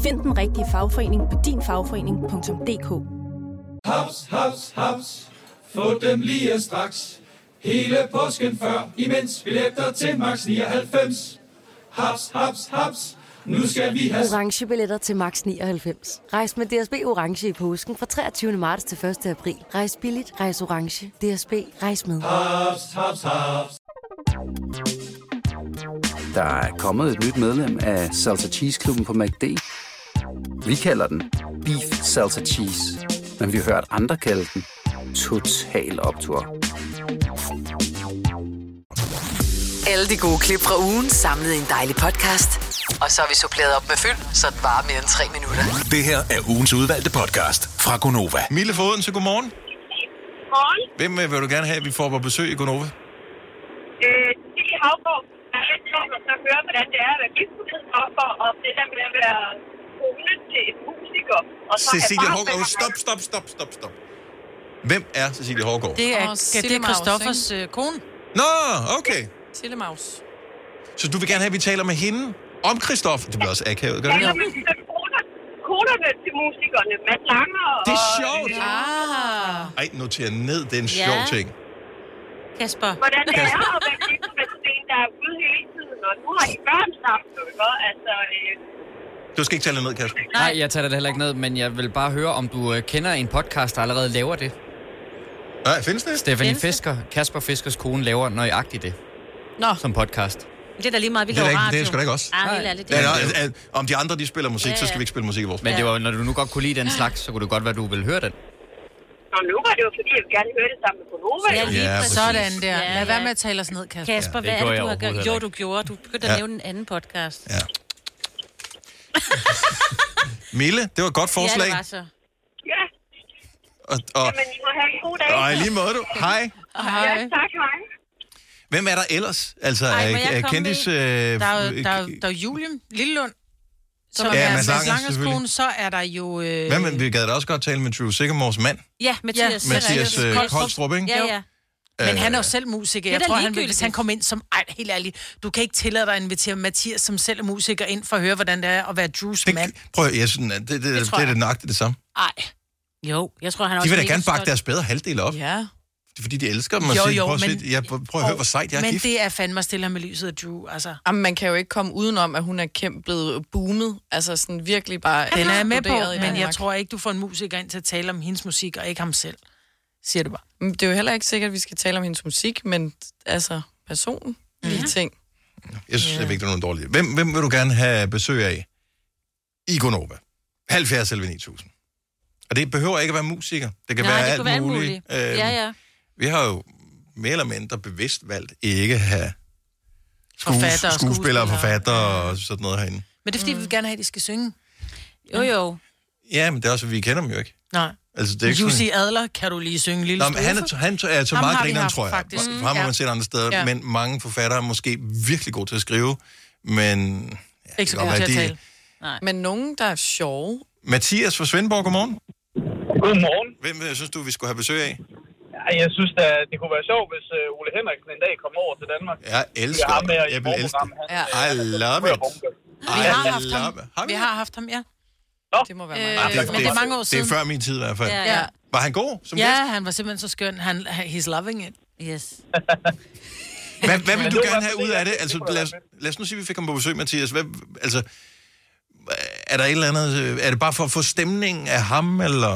S16: Find den rigtige fagforening på dinfagforening.dk
S17: Haps, haps, haps. Få dem lige straks. Hele påsken før, imens billetter til max 99. Haps, haps, haps. Nu skal vi have...
S18: orange billetter til max 99. Rejs med DSB orange i påsken fra 23. marts til 1. april. Rejs billigt, rejs orange. DSB rejs med.
S17: Haps, haps, haps.
S19: Der er kommet et nyt medlem af Salsa Cheese Klubben på MACD. Vi kalder den Beef Salsa Cheese, men vi har hørt andre kalde den Total Optor.
S11: Alle de gode klip fra ugen samlet i en dejlig podcast. Og så har vi suppleret op med fyld, så det varer mere end tre minutter.
S20: Det her er ugens udvalgte podcast fra Gonova.
S1: Mille Foden, så godmorgen.
S15: Morgen.
S1: Hvem øh, vil du gerne have, at vi får på besøg i Gonova?
S15: Øh, det er Havgård. Jeg er rigtig sjovt at høre, hvordan det er at være giftfrihed og om det der med at være kone til en musiker. Og så have
S1: Cecilie
S15: barn med
S1: Hårgaard,
S15: ham.
S1: stop, stop, stop, stop, stop. Hvem er Cecilie Hårgaard?
S2: Det er,
S6: Og
S2: det er
S6: sillemaus,
S2: Christoffers øh, kone.
S1: Nå, okay.
S6: Sillemaus.
S1: Så du vil gerne have, at vi taler med hende om Christoffer? Det bliver også akavet, gør det
S15: Eller
S1: ikke?
S15: man skal koder- koderne til musikerne. Mads Langer og...
S1: Det er sjovt.
S15: Ah.
S1: Ej, noter ned, det er en
S15: Ja.
S1: sjov ting.
S3: Kasper.
S15: Hvordan det er at være gift med Sten, der er ude hele tiden, og nu har I børn sammen, jo, ikke? Altså, øh,
S1: Du skal ikke tale ned, Kasper.
S7: Nej, jeg tager det heller ikke ned, men jeg vil bare høre, om du øh, kender en podcast, der allerede laver det.
S1: Nej, findes det?
S7: Stephanie
S3: Findes det?
S7: Fisker, Kasper Fiskers kone, laver nøjagtigt det.
S3: Nå.
S7: Som podcast.
S3: Det er da lige meget, vi
S1: Det er,
S3: laver
S1: da ikke,
S3: radio.
S1: det er sgu da ikke os.
S3: Ej, helt ærligt.
S1: Ja,
S3: det er-
S1: ja, ja. Om de andre, de spiller musik,
S3: Ja,
S1: så
S3: ja.
S1: skal vi ikke spille musik i vores
S7: Men det
S1: program.
S7: var, når du nu godt kunne lide den slags, så kunne det godt være, du ville høre den.
S15: Nå, nu var det jo, fordi jeg vil gerne høre det sammen med Konova.
S7: Ja, lige Ja, præcis.
S2: Sådan der.
S3: Ja,
S2: Lad
S3: ja.
S2: være med at tale os ned, Kasper.
S3: Kasper,
S7: Ja, det
S3: hvad er
S7: gjorde
S3: det, du
S7: jeg
S3: har
S7: overhovedet
S3: gjort?
S7: ikke.
S3: Jo, du gjorde. Du begyndte
S1: Ja.
S3: at nævne en anden podcast.
S1: Ja. Mille, det var et godt forslag.
S3: Ja, det var så.
S15: Ja,
S1: og, og,
S15: men I må have en god dag.
S1: og i lige måde du. Hej.
S2: Hej.
S15: Ja, tak, hej.
S1: Hvem er der ellers? Altså,
S2: Ej,
S1: er,
S2: må jeg
S1: er
S2: komme
S1: kendis...
S2: med?
S1: Øh,
S2: der, er jo, der, er, jo- der er jo Julian Lillelund, som
S1: Ja,
S2: ja, er
S1: Mads
S2: Mads
S1: Langer,
S2: Langers
S1: selvfølgelig.
S2: kone. Så er der jo... Øh,
S1: hvem, er- vi gad da også godt tale med Drew Sigamores mand.
S3: Ja,
S1: Mathias øh, Kolstrup, ikke? Øh,
S2: Ja, ja. Men han er jo selv musiker.
S3: Det er
S2: Jeg
S3: da
S2: tror, han vil,
S3: ligegyldigt.
S2: hvis han kom ind som... Ej, helt ærligt. Du kan ikke tillade dig at invitere Mathias, som selv er musiker, ind for at høre, hvordan det er at være Drews mand.
S1: Prøv at høre, jeg synes, at det, det, det,
S2: Det
S1: det,
S2: tror
S1: det er
S2: jeg.
S1: det nøjagtigt det samme.
S2: Ej. Jo, jeg tror, han er
S1: De
S2: også
S1: vil da
S2: mega
S1: gerne bakke
S2: stolt.
S1: deres bedre halvdel op.
S6: Ja.
S1: Det er fordi, de elsker dem. og
S2: Jo,
S1: siger,
S2: jo,
S1: prøv at,
S2: men-
S1: se, ja, prøv, prøv at høre, hvor sejt jeg er
S2: Men
S1: gift.
S2: det er fandme stille med lyset af Drew, altså.
S6: Jamen, man kan jo ikke komme udenom, at hun er kæmpe blevet boomet. Altså sådan virkelig bare...
S2: Den er jeg med på,
S6: eksploderet i
S2: men jeg
S6: Danmark.
S2: tror ikke, du får en musiker ind til at tale om hendes musik, og ikke ham selv. Siger det bare.
S6: Men Det er jo heller ikke sikkert, at vi skal tale om hendes musik, men altså personen i
S2: Mhm.
S6: ja. ting.
S1: Jeg synes, det er vigtigt, at nogen dårlige. Hvem, hvem vil du gerne have besøg af i Gonova? 70 11 9000. Og det behøver ikke at være musiker. Det kan
S3: Nej,
S1: være
S3: det
S1: alt
S3: kunne være
S1: muligt. Øhm.
S3: muligt. Ja, ja.
S1: Vi har jo mere eller mindre bevidst valgt ikke at have
S2: Forfattere,
S1: skuespillere, skuespillere
S2: skuespillere.
S1: og forfattere og sådan noget herinde.
S2: Men det er fordi, mm. vi vil gerne have, at de skal synge.
S3: Jo, jo.
S1: Ja, men det er også, at vi kender dem jo ikke.
S2: Nej.
S1: Altså, det er ikke
S2: Jussi Adler, kan du lige synge en lille
S1: Nå, men han er, han er så
S2: Ham
S1: meget
S2: har vi
S1: grineren,
S2: haft,
S1: tror jeg.
S2: faktisk.
S1: Faktisk.
S2: Mm,
S1: Ham har
S2: ja.
S1: man set andre steder,
S2: Ja.
S1: ja. men mange forfattere er måske virkelig gode til at skrive, men... Ja,
S6: Ikke så
S1: det kan godt
S6: god til at
S1: være,
S6: tale. Nej. Men nogen, der er sjove.
S1: Mathias fra Svendborg, godmorgen.
S21: Godmorgen.
S1: Hvem øh, synes du, vi skulle have besøg af?
S21: Ja, jeg synes da, det kunne være sjovt, hvis øh, Ole Henriksen en dag kom over til Danmark.
S1: Jeg elsker
S21: ham. Med
S1: Jeg vil elske
S21: ham.
S1: Ja. I love it.
S2: Vi
S1: I
S2: har haft
S1: love it. Ah,
S2: ham. Vi Øh, har haft ham, ja.
S6: Det må
S2: være mange år. Men det er mange år siden.
S1: Det er før min tid i hvert fald.
S2: Ja, ja.
S1: Var han god som
S2: ja,
S1: gæst?
S2: han var simpelthen så skøn. Han, han- he's loving it.
S3: Yes.
S1: Hvad, hvad vil
S2: Men det
S1: du
S2: var
S1: gerne have
S2: fordi,
S1: ud af
S2: at
S1: det?
S2: det
S1: Altså,
S2: kunne
S1: lad, os, lad os nu sige, at vi fik ham på besøg, Mathias. Hvad, altså, er der et eller andet... øh, Er det bare for at få stemningen af ham, eller...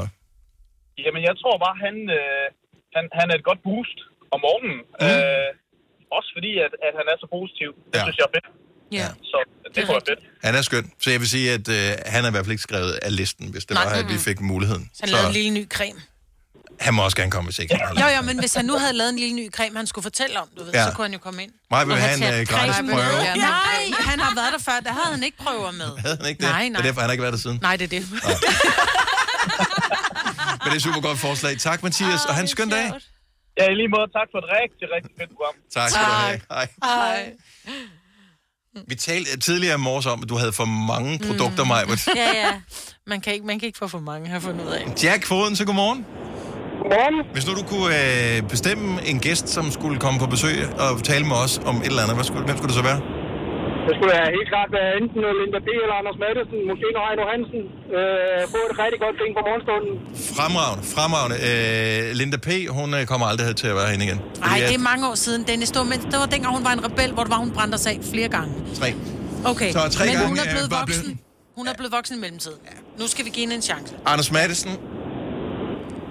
S21: Jamen, jeg tror bare, han, øh, han, han er et godt boost om morgenen. Mm. Øh, også fordi, at, at han er så positiv. Det
S1: Ja.
S21: synes jeg er fedt.
S2: Ja.
S21: Så det, det kunne være fedt.
S1: Han er skøn. Så jeg vil sige, at øh, han er i hvert fald ikke skrevet af listen, hvis det
S2: Nej.
S1: var, at vi fik muligheden.
S2: Han lavede en
S1: Så
S2: lille ny creme.
S1: han må også gerne komme, hvis ikke han har
S2: Jo, jo, men hvis han nu havde lavet en lille ny creme, han skulle fortælle om, du ved,
S1: Ja.
S2: så kunne han jo komme ind.
S1: Maja vil have en, øh, gratis
S2: Creme.
S1: prøve.
S2: Nej, han har været der før. Der havde han ikke prøver med.
S1: Havde han ikke det?
S2: Nej, nej.
S1: Og derfor har han ikke været der siden.
S2: Nej, det er det.
S1: Men det er et super godt forslag. Tak, Mathias, og have en skøn dag.
S21: Ja, i lige måde, tak for et rigtig, rigtig fedt program.
S1: Tak skal du have. Hej.
S21: Hej.
S1: Vi talte øh, tidligere i morges om, at du havde for mange produkter, Maja.
S2: Mm. ja, ja. Man kan, ikke, man kan ikke få for mange, har jeg fundet ud af.
S1: Jack Foden, så godmorgen. Godmorgen. Hvis nu du kunne øh, bestemme en gæst, som skulle komme på besøg og tale med os om et eller andet, hvad skulle, hvem skulle det så være?
S22: Det skulle være helt klart være enten øh, Linda B. eller Anders Maddelsen, måske noget Ejno Hansen. Øh, få et rigtig godt ting på morgenstunden.
S1: Fremragende, fremragende. Øh, Linda P., hun øh, kommer aldrig til at være herinde igen.
S2: Nej, det er mange år siden. Dennis, det var, men det var dengang, hun var en rebel, hvor det var, hun brændte sig af flere gange.
S1: Tre.
S2: Okay,
S1: Så tre
S2: men
S1: gange,
S2: hun er
S1: øh,
S2: blevet
S1: var
S2: voksen. Hun er blevet voksen i mellemtiden. Nu skal vi give hende en chance.
S1: Anders Madsen,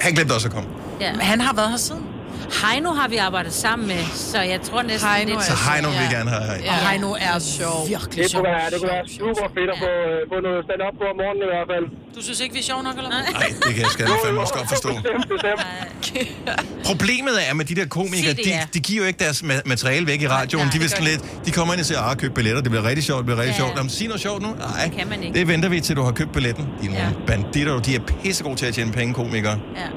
S1: han glemte også at komme.
S3: Ja.
S2: Men han har været her siden.
S3: Heino har vi arbejdet sammen med, så jeg tror næsten... Heino lidt...
S1: Så Heino vil gerne have herinde.
S3: Ja.
S2: Og Heino er sjov.
S22: Det
S2: virkelig sjov.
S22: kunne være, det kunne være super fedt at få, øh, få noget stand-up på om morgenen i hvert fald.
S2: Du synes ikke, vi er sjove nok, eller hvad?
S1: Nej, det kan jeg skal fandme også godt forstå.
S22: Bestemt, bestemt.
S1: Problemet er med de der komikere,
S22: Sig det,
S1: de,
S22: ja.
S1: de giver jo ikke deres ma- materiale væk i radioen.
S22: nej,
S1: de, vil
S22: det
S1: sådan
S22: gør
S1: lidt, de kommer ind og siger, ah, køb billetter, det bliver rigtig sjovt, det bliver rigtig
S22: Ja.
S1: sjovt. Jamen, sig noget sjovt nu. Nej,
S22: Det kan man ikke.
S1: det venter vi til, du har købt billetten. De er nogle banditter, og de er pissegode til at tjene penge, komikere.
S3: Ja.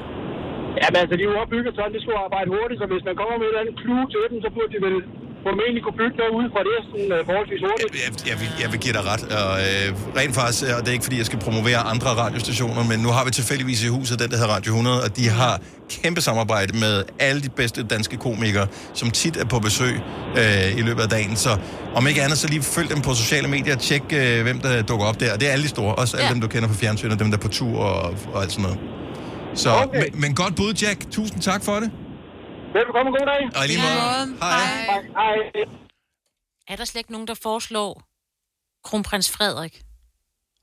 S22: Jamen altså, de er jo opbygget sådan, de skulle arbejde hurtigt, så hvis man kommer med et eller andet clue til dem, så burde de vel formentlig kunne bygge noget ud fra det, sådan øh, forholdsvis hurtigt.
S1: Jeg vil, jeg vil give dig ret. Og, øh, rent faktisk, og det er ikke fordi, jeg skal promovere andre radiostationer, men nu har vi tilfældigvis i huset den, der hedder Radio 100, og de har kæmpe samarbejde med alle de bedste danske komikere, som tit er på besøg øh, i løbet af dagen. Så om ikke andet, så lige følg dem på sociale medier og tjek, øh, hvem der dukker op der. Og det er alle de store, også alle
S22: Ja.
S1: dem, du kender fra fjernsyn, og dem, der er på tur og, og alt sådan noget. Så, okay.
S22: Okay.
S1: men, men godt bud, Jack. Tusind tak for det.
S22: Velkommen, god dag.
S1: Og i lige måde.
S3: Hej.
S22: Hej.
S3: Er der slet ikke nogen, der foreslår kronprins Frederik?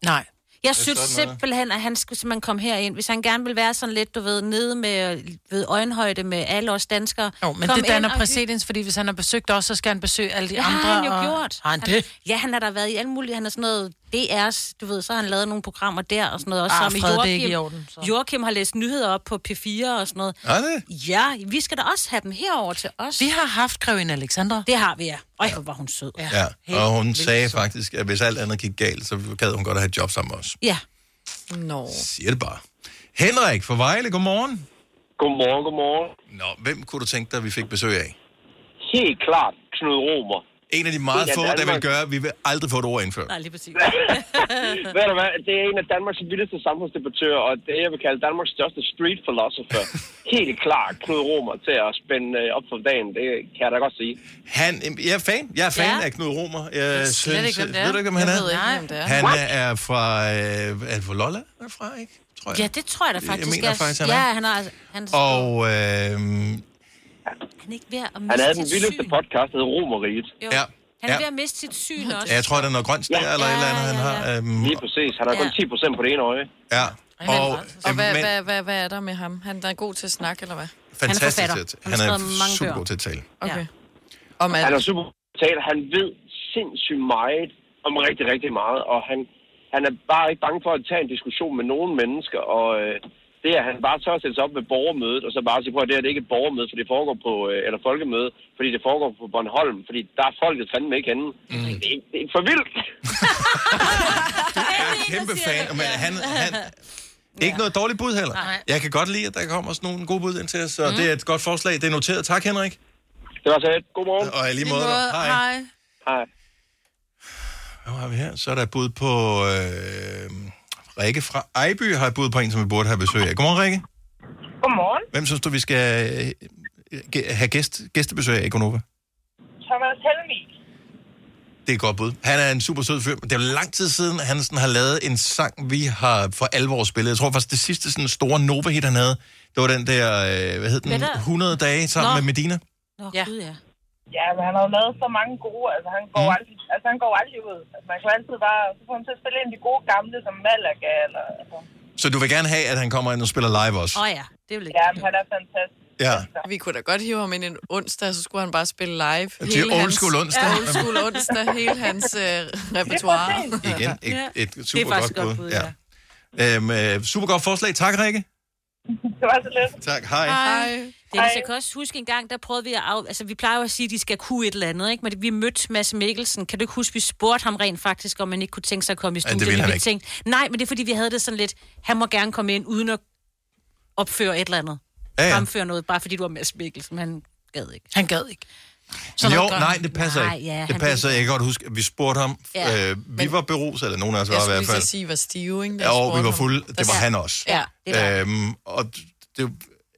S2: Nej.
S3: Jeg
S2: er
S3: synes
S2: sådan, eller?
S3: simpelthen, at han skulle simpelthen komme herind. Hvis han gerne vil være sådan lidt, du ved, nede med, ved øjenhøjde med alle os danskere.
S2: Jo, men det danner præcedens, fordi hvis han har besøgt os, så skal han besøge alle de
S3: Det
S2: andre.
S3: har han jo
S2: og...
S3: gjort.
S2: Har han det?
S3: ja, han har da været i alt muligt. Han er sådan noget DR's, du ved, så har han lavet nogle programmer der og sådan noget. Også
S2: Ah,
S3: sammen med
S2: fred, det er
S3: Joachim.
S2: ikke i orden,
S3: Joachim har læst nyheder op på P4 og sådan noget.
S1: Er det?
S3: Ja, vi skal da også have dem herover til os.
S2: Vi har haft grevinde Alexandra.
S3: Det har vi, ja. Øj, hvor var hun sød.
S1: Ja, og hun sagde faktisk, at hvis alt andet gik galt, så gad hun godt at have et job sammen med os.
S3: Ja.
S6: Nå.
S1: Siger det bare. Henrik fra Vejle, godmorgen.
S23: Godmorgen, godmorgen.
S1: Nå, hvem kunne du tænke dig, vi fik besøg af?
S23: Helt klart, Knud Romer.
S1: En af de Meget få, der vil gøre, at vi vil aldrig få et ord indført.
S23: Nej, lige præcis. Ved du hvad, det er en af Danmarks vildeste samfundsdebattører, og det jeg vil kalde Danmarks største street philosopher. Helt klart, Knud Romer til at spænde øh, op for dagen, det kan jeg da godt sige.
S1: Han, jeg er fan. Jeg er fan ja. af Knud Romer. Jeg, jeg
S23: slet ikke, hvem det er.
S1: Ved du ikke, hvem han
S23: Jeg
S1: er?
S23: ved ikke, hvem det er.
S1: Han
S23: What?
S1: er fra, øh, er det fra Lolland? Er det fra, ikke? Tror jeg.
S3: Ja, det tror jeg da
S1: Jeg
S3: faktisk.
S1: mener
S3: jeg-
S1: faktisk, han
S3: ja,
S1: er.
S3: han har... Han,
S1: Og øh,
S3: han er ikke ved at
S23: Han
S3: miste
S23: havde den
S3: sit
S23: vildeste
S3: syn.
S23: podcast, der hed Romeriet.
S3: Jo.
S1: Ja.
S3: Han er
S23: Ja.
S3: ved at miste sit syn også.
S1: jeg tror, der er noget grønt der, eller et eller andet, han har. Øhm,
S23: Lige præcis, han har kun 10 procent på det ene øje.
S1: Ja, og,
S6: Og
S1: øh,
S6: hvad,
S1: men-
S6: hvad, hvad, hvad er der med ham? Han er god til at snakke, eller hvad?
S1: fantastisk til at- Han er super god til at tale.
S6: Okay.
S23: Om han er super brutal. Han ved sindssygt meget om rigtig, rigtig meget, og han, han er bare ikke bange for at tage en diskussion med nogen mennesker, og øh, det er, at han bare tør at sætte sig op med borgermødet, og så bare sige, prøv at det her det er ikke et borgermøde, for det foregår på, øh, eller folkemøde, fordi det foregår på Bornholm, fordi der er folket fandme ikke henne. Mm. Det, er- det er for vildt.
S1: Jeg er en kæmpe fan, men han, han, ikke noget dårligt bud heller.
S23: Nej.
S1: Jeg kan godt lide, at der kommer sådan nogle gode bud ind til os, så mm. det er et godt forslag. Det er noteret. Tak, Henrik.
S23: Det var så et. Godmorgen.
S1: Og i lige måde. dig. Hej.
S6: Hej.
S23: Hej.
S1: Hvad har vi her? Så er der et bud på... Øh, Rikke fra Ejby har et bud på en, som vi burde have besøg af. Godmorgen, Rikke.
S5: Godmorgen,
S1: Hvem synes du, vi skal øh, ge- have gæst, gæstebesøg af i Gonova?
S5: Thomas Helmi.
S1: Det er et godt bud. Han er en super sød fyr, men det er lang tid siden, han sådan har lavet en sang, vi har for alvor spillet. Jeg tror faktisk, det sidste sådan store Nova-hit, han havde, det var den der, øh, hvad hed den,
S5: Hvad der?
S1: 100 dage sammen
S5: Nå.
S1: med Medina.
S5: Nå, ja. Gud, ja. Ja, men han har jo lavet så mange gode, altså han går, mm. aldrig, altså, han går aldrig ud. Altså, man kan jo altid bare, så får han til at spille en af de gode gamle, som Malaga, eller... Altså.
S1: Så du vil gerne have, at han kommer ind og spiller live også?
S6: Åh oh, ja, det er lidt
S5: Ja, men han er fantastisk.
S1: Ja.
S6: Vi kunne da godt hive ham ind en onsdag, så skulle han bare spille live.
S1: Det er old school onsdag.
S6: Ja, old school onsdag, hele hans øh, repertoire.
S1: Igen, et, et, et
S6: Det er
S1: super
S6: faktisk
S1: godt bud. ja. Øhm, øh, super godt forslag. Tak, Rikke.
S5: Det var så lidt.
S1: Tak, hej.
S3: Dennis, jeg kan også huske en gang, der prøvede vi at... Af... Altså, vi plejer jo at sige, at de skal kunne et eller andet, ikke? Men vi mødte Mads Mikkelsen. Kan du ikke huske, vi spurgte ham rent faktisk, om han ikke kunne tænke sig at komme i
S8: Ja, det
S3: studiet?
S8: ville
S3: men
S8: han
S3: vi
S8: ikke.
S3: Tænkte, nej, men det er, fordi vi havde det sådan lidt... Han må gerne komme ind, uden at opføre et eller andet.
S1: Ja, ja.
S3: Fremføre noget, bare fordi du var Mads Mikkelsen. Han gad ikke.
S2: Han gad ikke.
S3: Sådan
S1: jo,
S3: noget gør
S1: nej,
S3: han.
S1: det passer
S3: Nej,
S1: ikke.
S3: ja,
S1: det
S3: han
S1: passer
S3: ved-
S1: ikke. Jeg kan godt huske, at vi spurgte ham.
S3: Ja,
S1: Ja, øh, vi var beruset, eller nogen af os
S6: Jeg
S1: var Altså, i
S6: skulle
S1: hvert
S6: lige
S1: fald.
S6: så sige, var stive, ikke?
S1: Ja, og vi var fulde. Det var
S3: Ja.
S1: han også.
S3: Ja, det var
S1: øhm, og det,
S3: Anyway.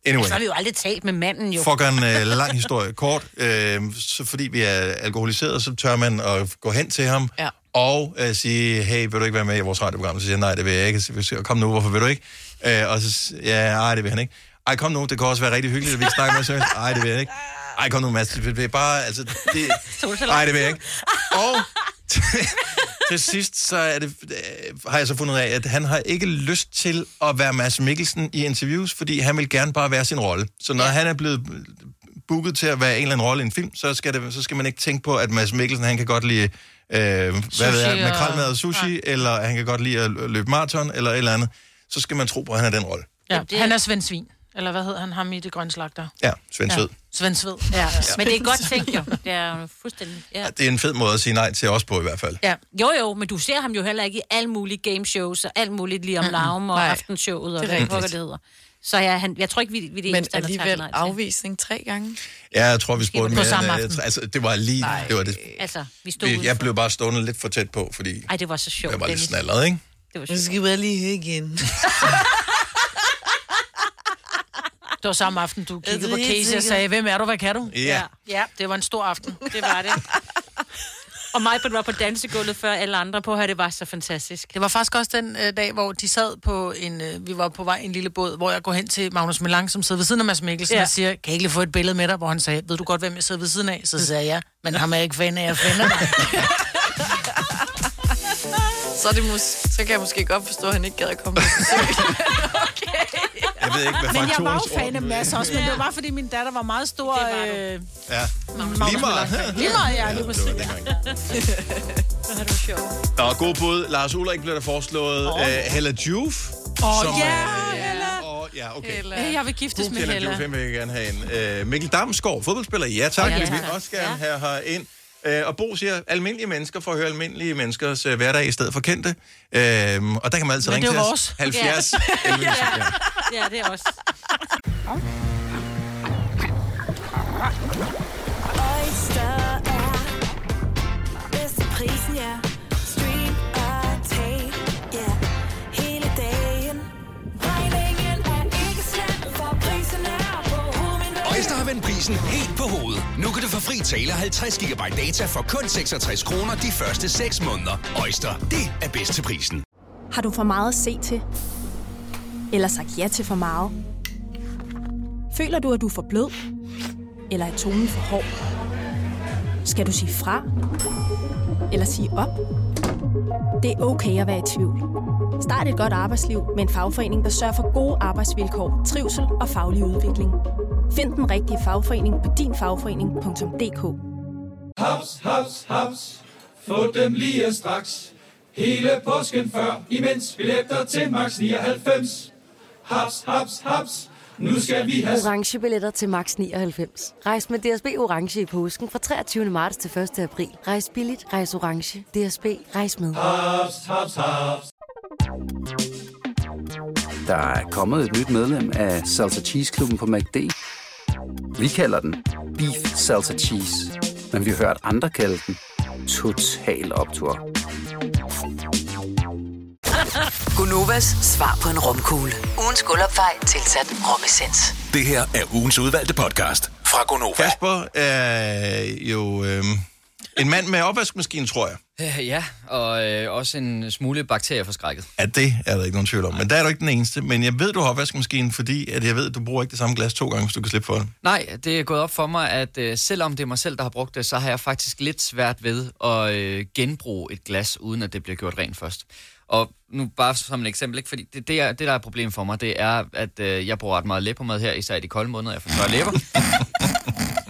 S1: anyway.
S3: Altså, Så har vi jo aldrig talt med manden, jo.
S1: For at gøre en øh, lang historie kort, øh, så fordi vi er alkoholiseret, så tør man at gå hen til ham
S6: Ja.
S1: og øh, sige, hey, vil du ikke være med i vores radioprogram? Så siger han, nej, det vil jeg ikke. Så siger, jeg, kom nu, hvorfor vil du ikke? Øh, og så siger ja, nej, det vil han ikke. Ej, kom nu, det kan også være rigtig hyggeligt, at vi snakker med Søren. Ej, det vil jeg ikke. Ej, kom nu, Mads, det er bare, altså, det,
S3: Solsalat.
S1: nej, det vil jeg ikke. Og til sidst, så er det, øh, har jeg så fundet ud af, at han har ikke lyst til at være Mads Mikkelsen i interviews, fordi han vil gerne bare være sin rolle. Så når ja. han er blevet booket til at være en eller anden rolle i en film, så skal, det, så skal man ikke tænke på, at Mads Mikkelsen, han kan godt lide, øh, hvad ved jeg,
S9: og-
S1: makrelmad og sushi, ja. eller han kan godt lide at lø- løbe maraton, eller et eller andet. Så skal man tro på, at han er den rolle.
S2: Ja, han er Svend Svin. Eller hvad hedder han? Ham i det grønne slagter.
S1: Ja, Svend Sød.
S2: Ja. Svend Sved. Ja. ja.
S3: Men det er godt tænkt, jo. Det er jo fuldstændig... Ja.
S1: Det er en fed måde at sige nej til os på i hvert fald.
S3: Ja. Jo, jo, men du ser ham jo heller ikke i alle mulige gameshows og alt muligt lige om
S6: Mm-mm.
S3: larm og
S6: Nej.
S3: aftenshowet og
S6: Det er
S3: hvad
S6: rigtigt.
S3: pokker det hedder. Så ja, han, jeg tror ikke, vi, vi er det
S6: Men
S3: eneste, han har takket
S6: alligevel
S3: nej til.
S6: afvisning tre gange.
S1: Ja, jeg tror, vi spurgte
S3: på
S1: mere.
S3: samme
S1: end, øh,
S3: aften.
S1: altså, det var lige, det var det.
S3: Altså, vi stod
S1: Vi,
S3: udenfor.
S1: jeg blev bare stående lidt for tæt på, fordi
S3: Ej, det var så sjovt.
S1: jeg var lidt
S3: Dennis.
S1: snallet, ikke?
S3: Det var
S6: Nu skal vi lige høre igen.
S2: Det var samme aften, du kiggede
S6: det
S2: på
S6: er helt
S2: Casey og
S6: sikkert.
S2: sagde, hvem er du, hvad kan du?
S1: Ja.
S2: Ja, det var en stor aften.
S3: Det var det. Og mig var på dansegulvet før alle andre på her, det var så fantastisk.
S2: Det var faktisk også den øh, dag, hvor de sad på en... Øh, vi var på vej i en lille båd, hvor jeg går hen til Magnus Milang, som sidder ved siden af Mads Mikkelsen,
S3: Ja.
S2: ja. og siger, kan jeg ikke lige få et billede med dig? Hvor han sagde, ved du godt, hvem jeg sidder ved siden af? Så sagde jeg, ja, men ham er jeg ikke fan af, jeg finder dig.
S6: Så, er det mås- så kan jeg måske godt forstå, at han ikke gad at komme på besøg.
S1: Jeg ved ikke, hvad
S2: men jeg var
S1: faktorens
S2: jo fan af
S1: orden-
S2: Mads også, men det var bare, fordi min datter var meget stor... Øh,
S1: Ja.
S2: Magnus
S1: Lige meget.
S2: Milang. Lige meget, ja, lige
S1: det var det, man
S2: Hvor er du sjov.
S1: Nå, god bud. Lars Ulrik blev der foreslået. Oh. Uh, Hella Juf.
S2: Åh,
S1: som,
S2: ja,
S1: øh,
S2: Hella.
S1: Åh, ja, okay.
S2: Hey, Øh, jeg vil giftes med
S1: Hella Juf,
S2: Hella.
S1: hende vil jeg gerne have ind. Uh, Mikkel Damsgaard, fodboldspiller. Ja, tak.
S2: Ja,
S1: Ja, vi
S2: tak.
S1: også gerne have her ind. Uh, og Bo siger, almindelige mennesker får at høre almindelige menneskers uh, hverdag i stedet for kendte. Uh, og der kan man altid
S2: Men
S1: ringe
S2: det
S1: til
S2: er
S1: os.
S2: vores.
S1: 70
S2: Ja.
S1: 11 ja.
S3: Ja, det er også.
S12: Oyster er bedst til prisen, ja. Stream og tag, ja. Hele dagen. Regningen er ikke slem, for prisen er på hovedet.
S20: Øjster har vendt prisen helt på hovedet. Nu kan du få fri tale 50 GB data for kun 66 kroner de første 6 måneder. Øjster, det er bedst til prisen.
S16: Har du for meget at se til? Eller sagt ja til for meget? Føler du, at du er for blød? Eller er tonen for hård? Skal du sige fra? Eller sige op? Det er okay at være i tvivl. Start et godt arbejdsliv med en fagforening, der sørger for gode arbejdsvilkår, trivsel og faglig udvikling. Find den rigtige fagforening på dinfagforening.dk.
S17: Haps, haps, haps. Få dem lige straks. Hele påsken før, imens billetter til max 99. Haps, haps, haps. Nu skal vi have
S18: orange billetter til max 99. Rejs med DSB orange i påsken fra 23. marts til 1. april. Rejs billigt, rejs orange. DSB rejs med.
S17: Haps, haps, haps.
S19: Der er kommet et nyt medlem af Salsa Cheese Klubben på MACD. Vi kalder den Beef Salsa Cheese, men vi har hørt andre kalde den Total Optor.
S11: Gunovas svar på en romkugle. Ugens guldopfej tilsat romessens.
S20: Det her er ugens udvalgte podcast fra Gonova.
S1: Kasper er jo øh, en mand med opvaskemaskinen, tror jeg.
S7: Øh, Ja, og øh, også en smule bakterieforskrækket.
S1: Ja, det er der ikke nogen tvivl om. Men der er du ikke den eneste. Men jeg ved, du har opvaskemaskinen, fordi at jeg ved, du bruger ikke det samme glas to gange, hvis du kan slippe for det.
S7: Nej, det er gået op for mig, at øh, selvom det er mig selv, der har brugt det, så har jeg faktisk lidt svært ved at øh, genbruge et glas, uden at det bliver gjort rent først. Og nu bare som et eksempel, ikke? fordi det, det, er, det, der er et problem for mig, det er, at øh, jeg bruger ret meget læbermad her, især i de kolde måneder, jeg får tørre læber.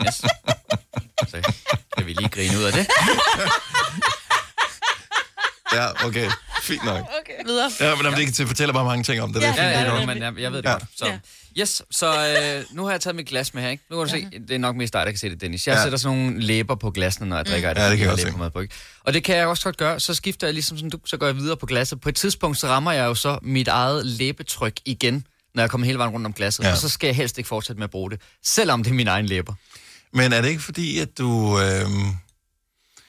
S7: yes. Så kan vi lige grine ud af det.
S1: Ja, okay. Fint nok.
S6: Okay. Videre.
S1: Ja, men jamen, det, det fortæller bare mange ting om det.
S7: Ja,
S1: det er fint,
S7: ja,
S1: det er
S7: ja,
S1: godt.
S7: men jeg, jeg ved det ja. godt. Så. Ja. Yes, så øh, nu har jeg taget mit glas med her, ikke? Nu kan du se, det er nok mest dig, der kan se det, Dennis. Jeg
S1: Ja.
S7: ja. sætter sådan nogle læber på glasene, når jeg
S1: Mm.
S7: drikker.
S1: Ja, det kan jeg godt se.
S7: læber på, ikke? Og det kan jeg også godt gøre. Så skifter jeg ligesom sådan, du, så går jeg videre på glasset. På et tidspunkt, så rammer jeg jo så mit eget læbetryk igen, når jeg kommer hele vejen rundt om glasset.
S1: Ja.
S7: Ja. Og så skal jeg helst ikke fortsætte med at bruge det, selvom det er min egen læber.
S1: Men er det ikke fordi, at du... Øh, ja,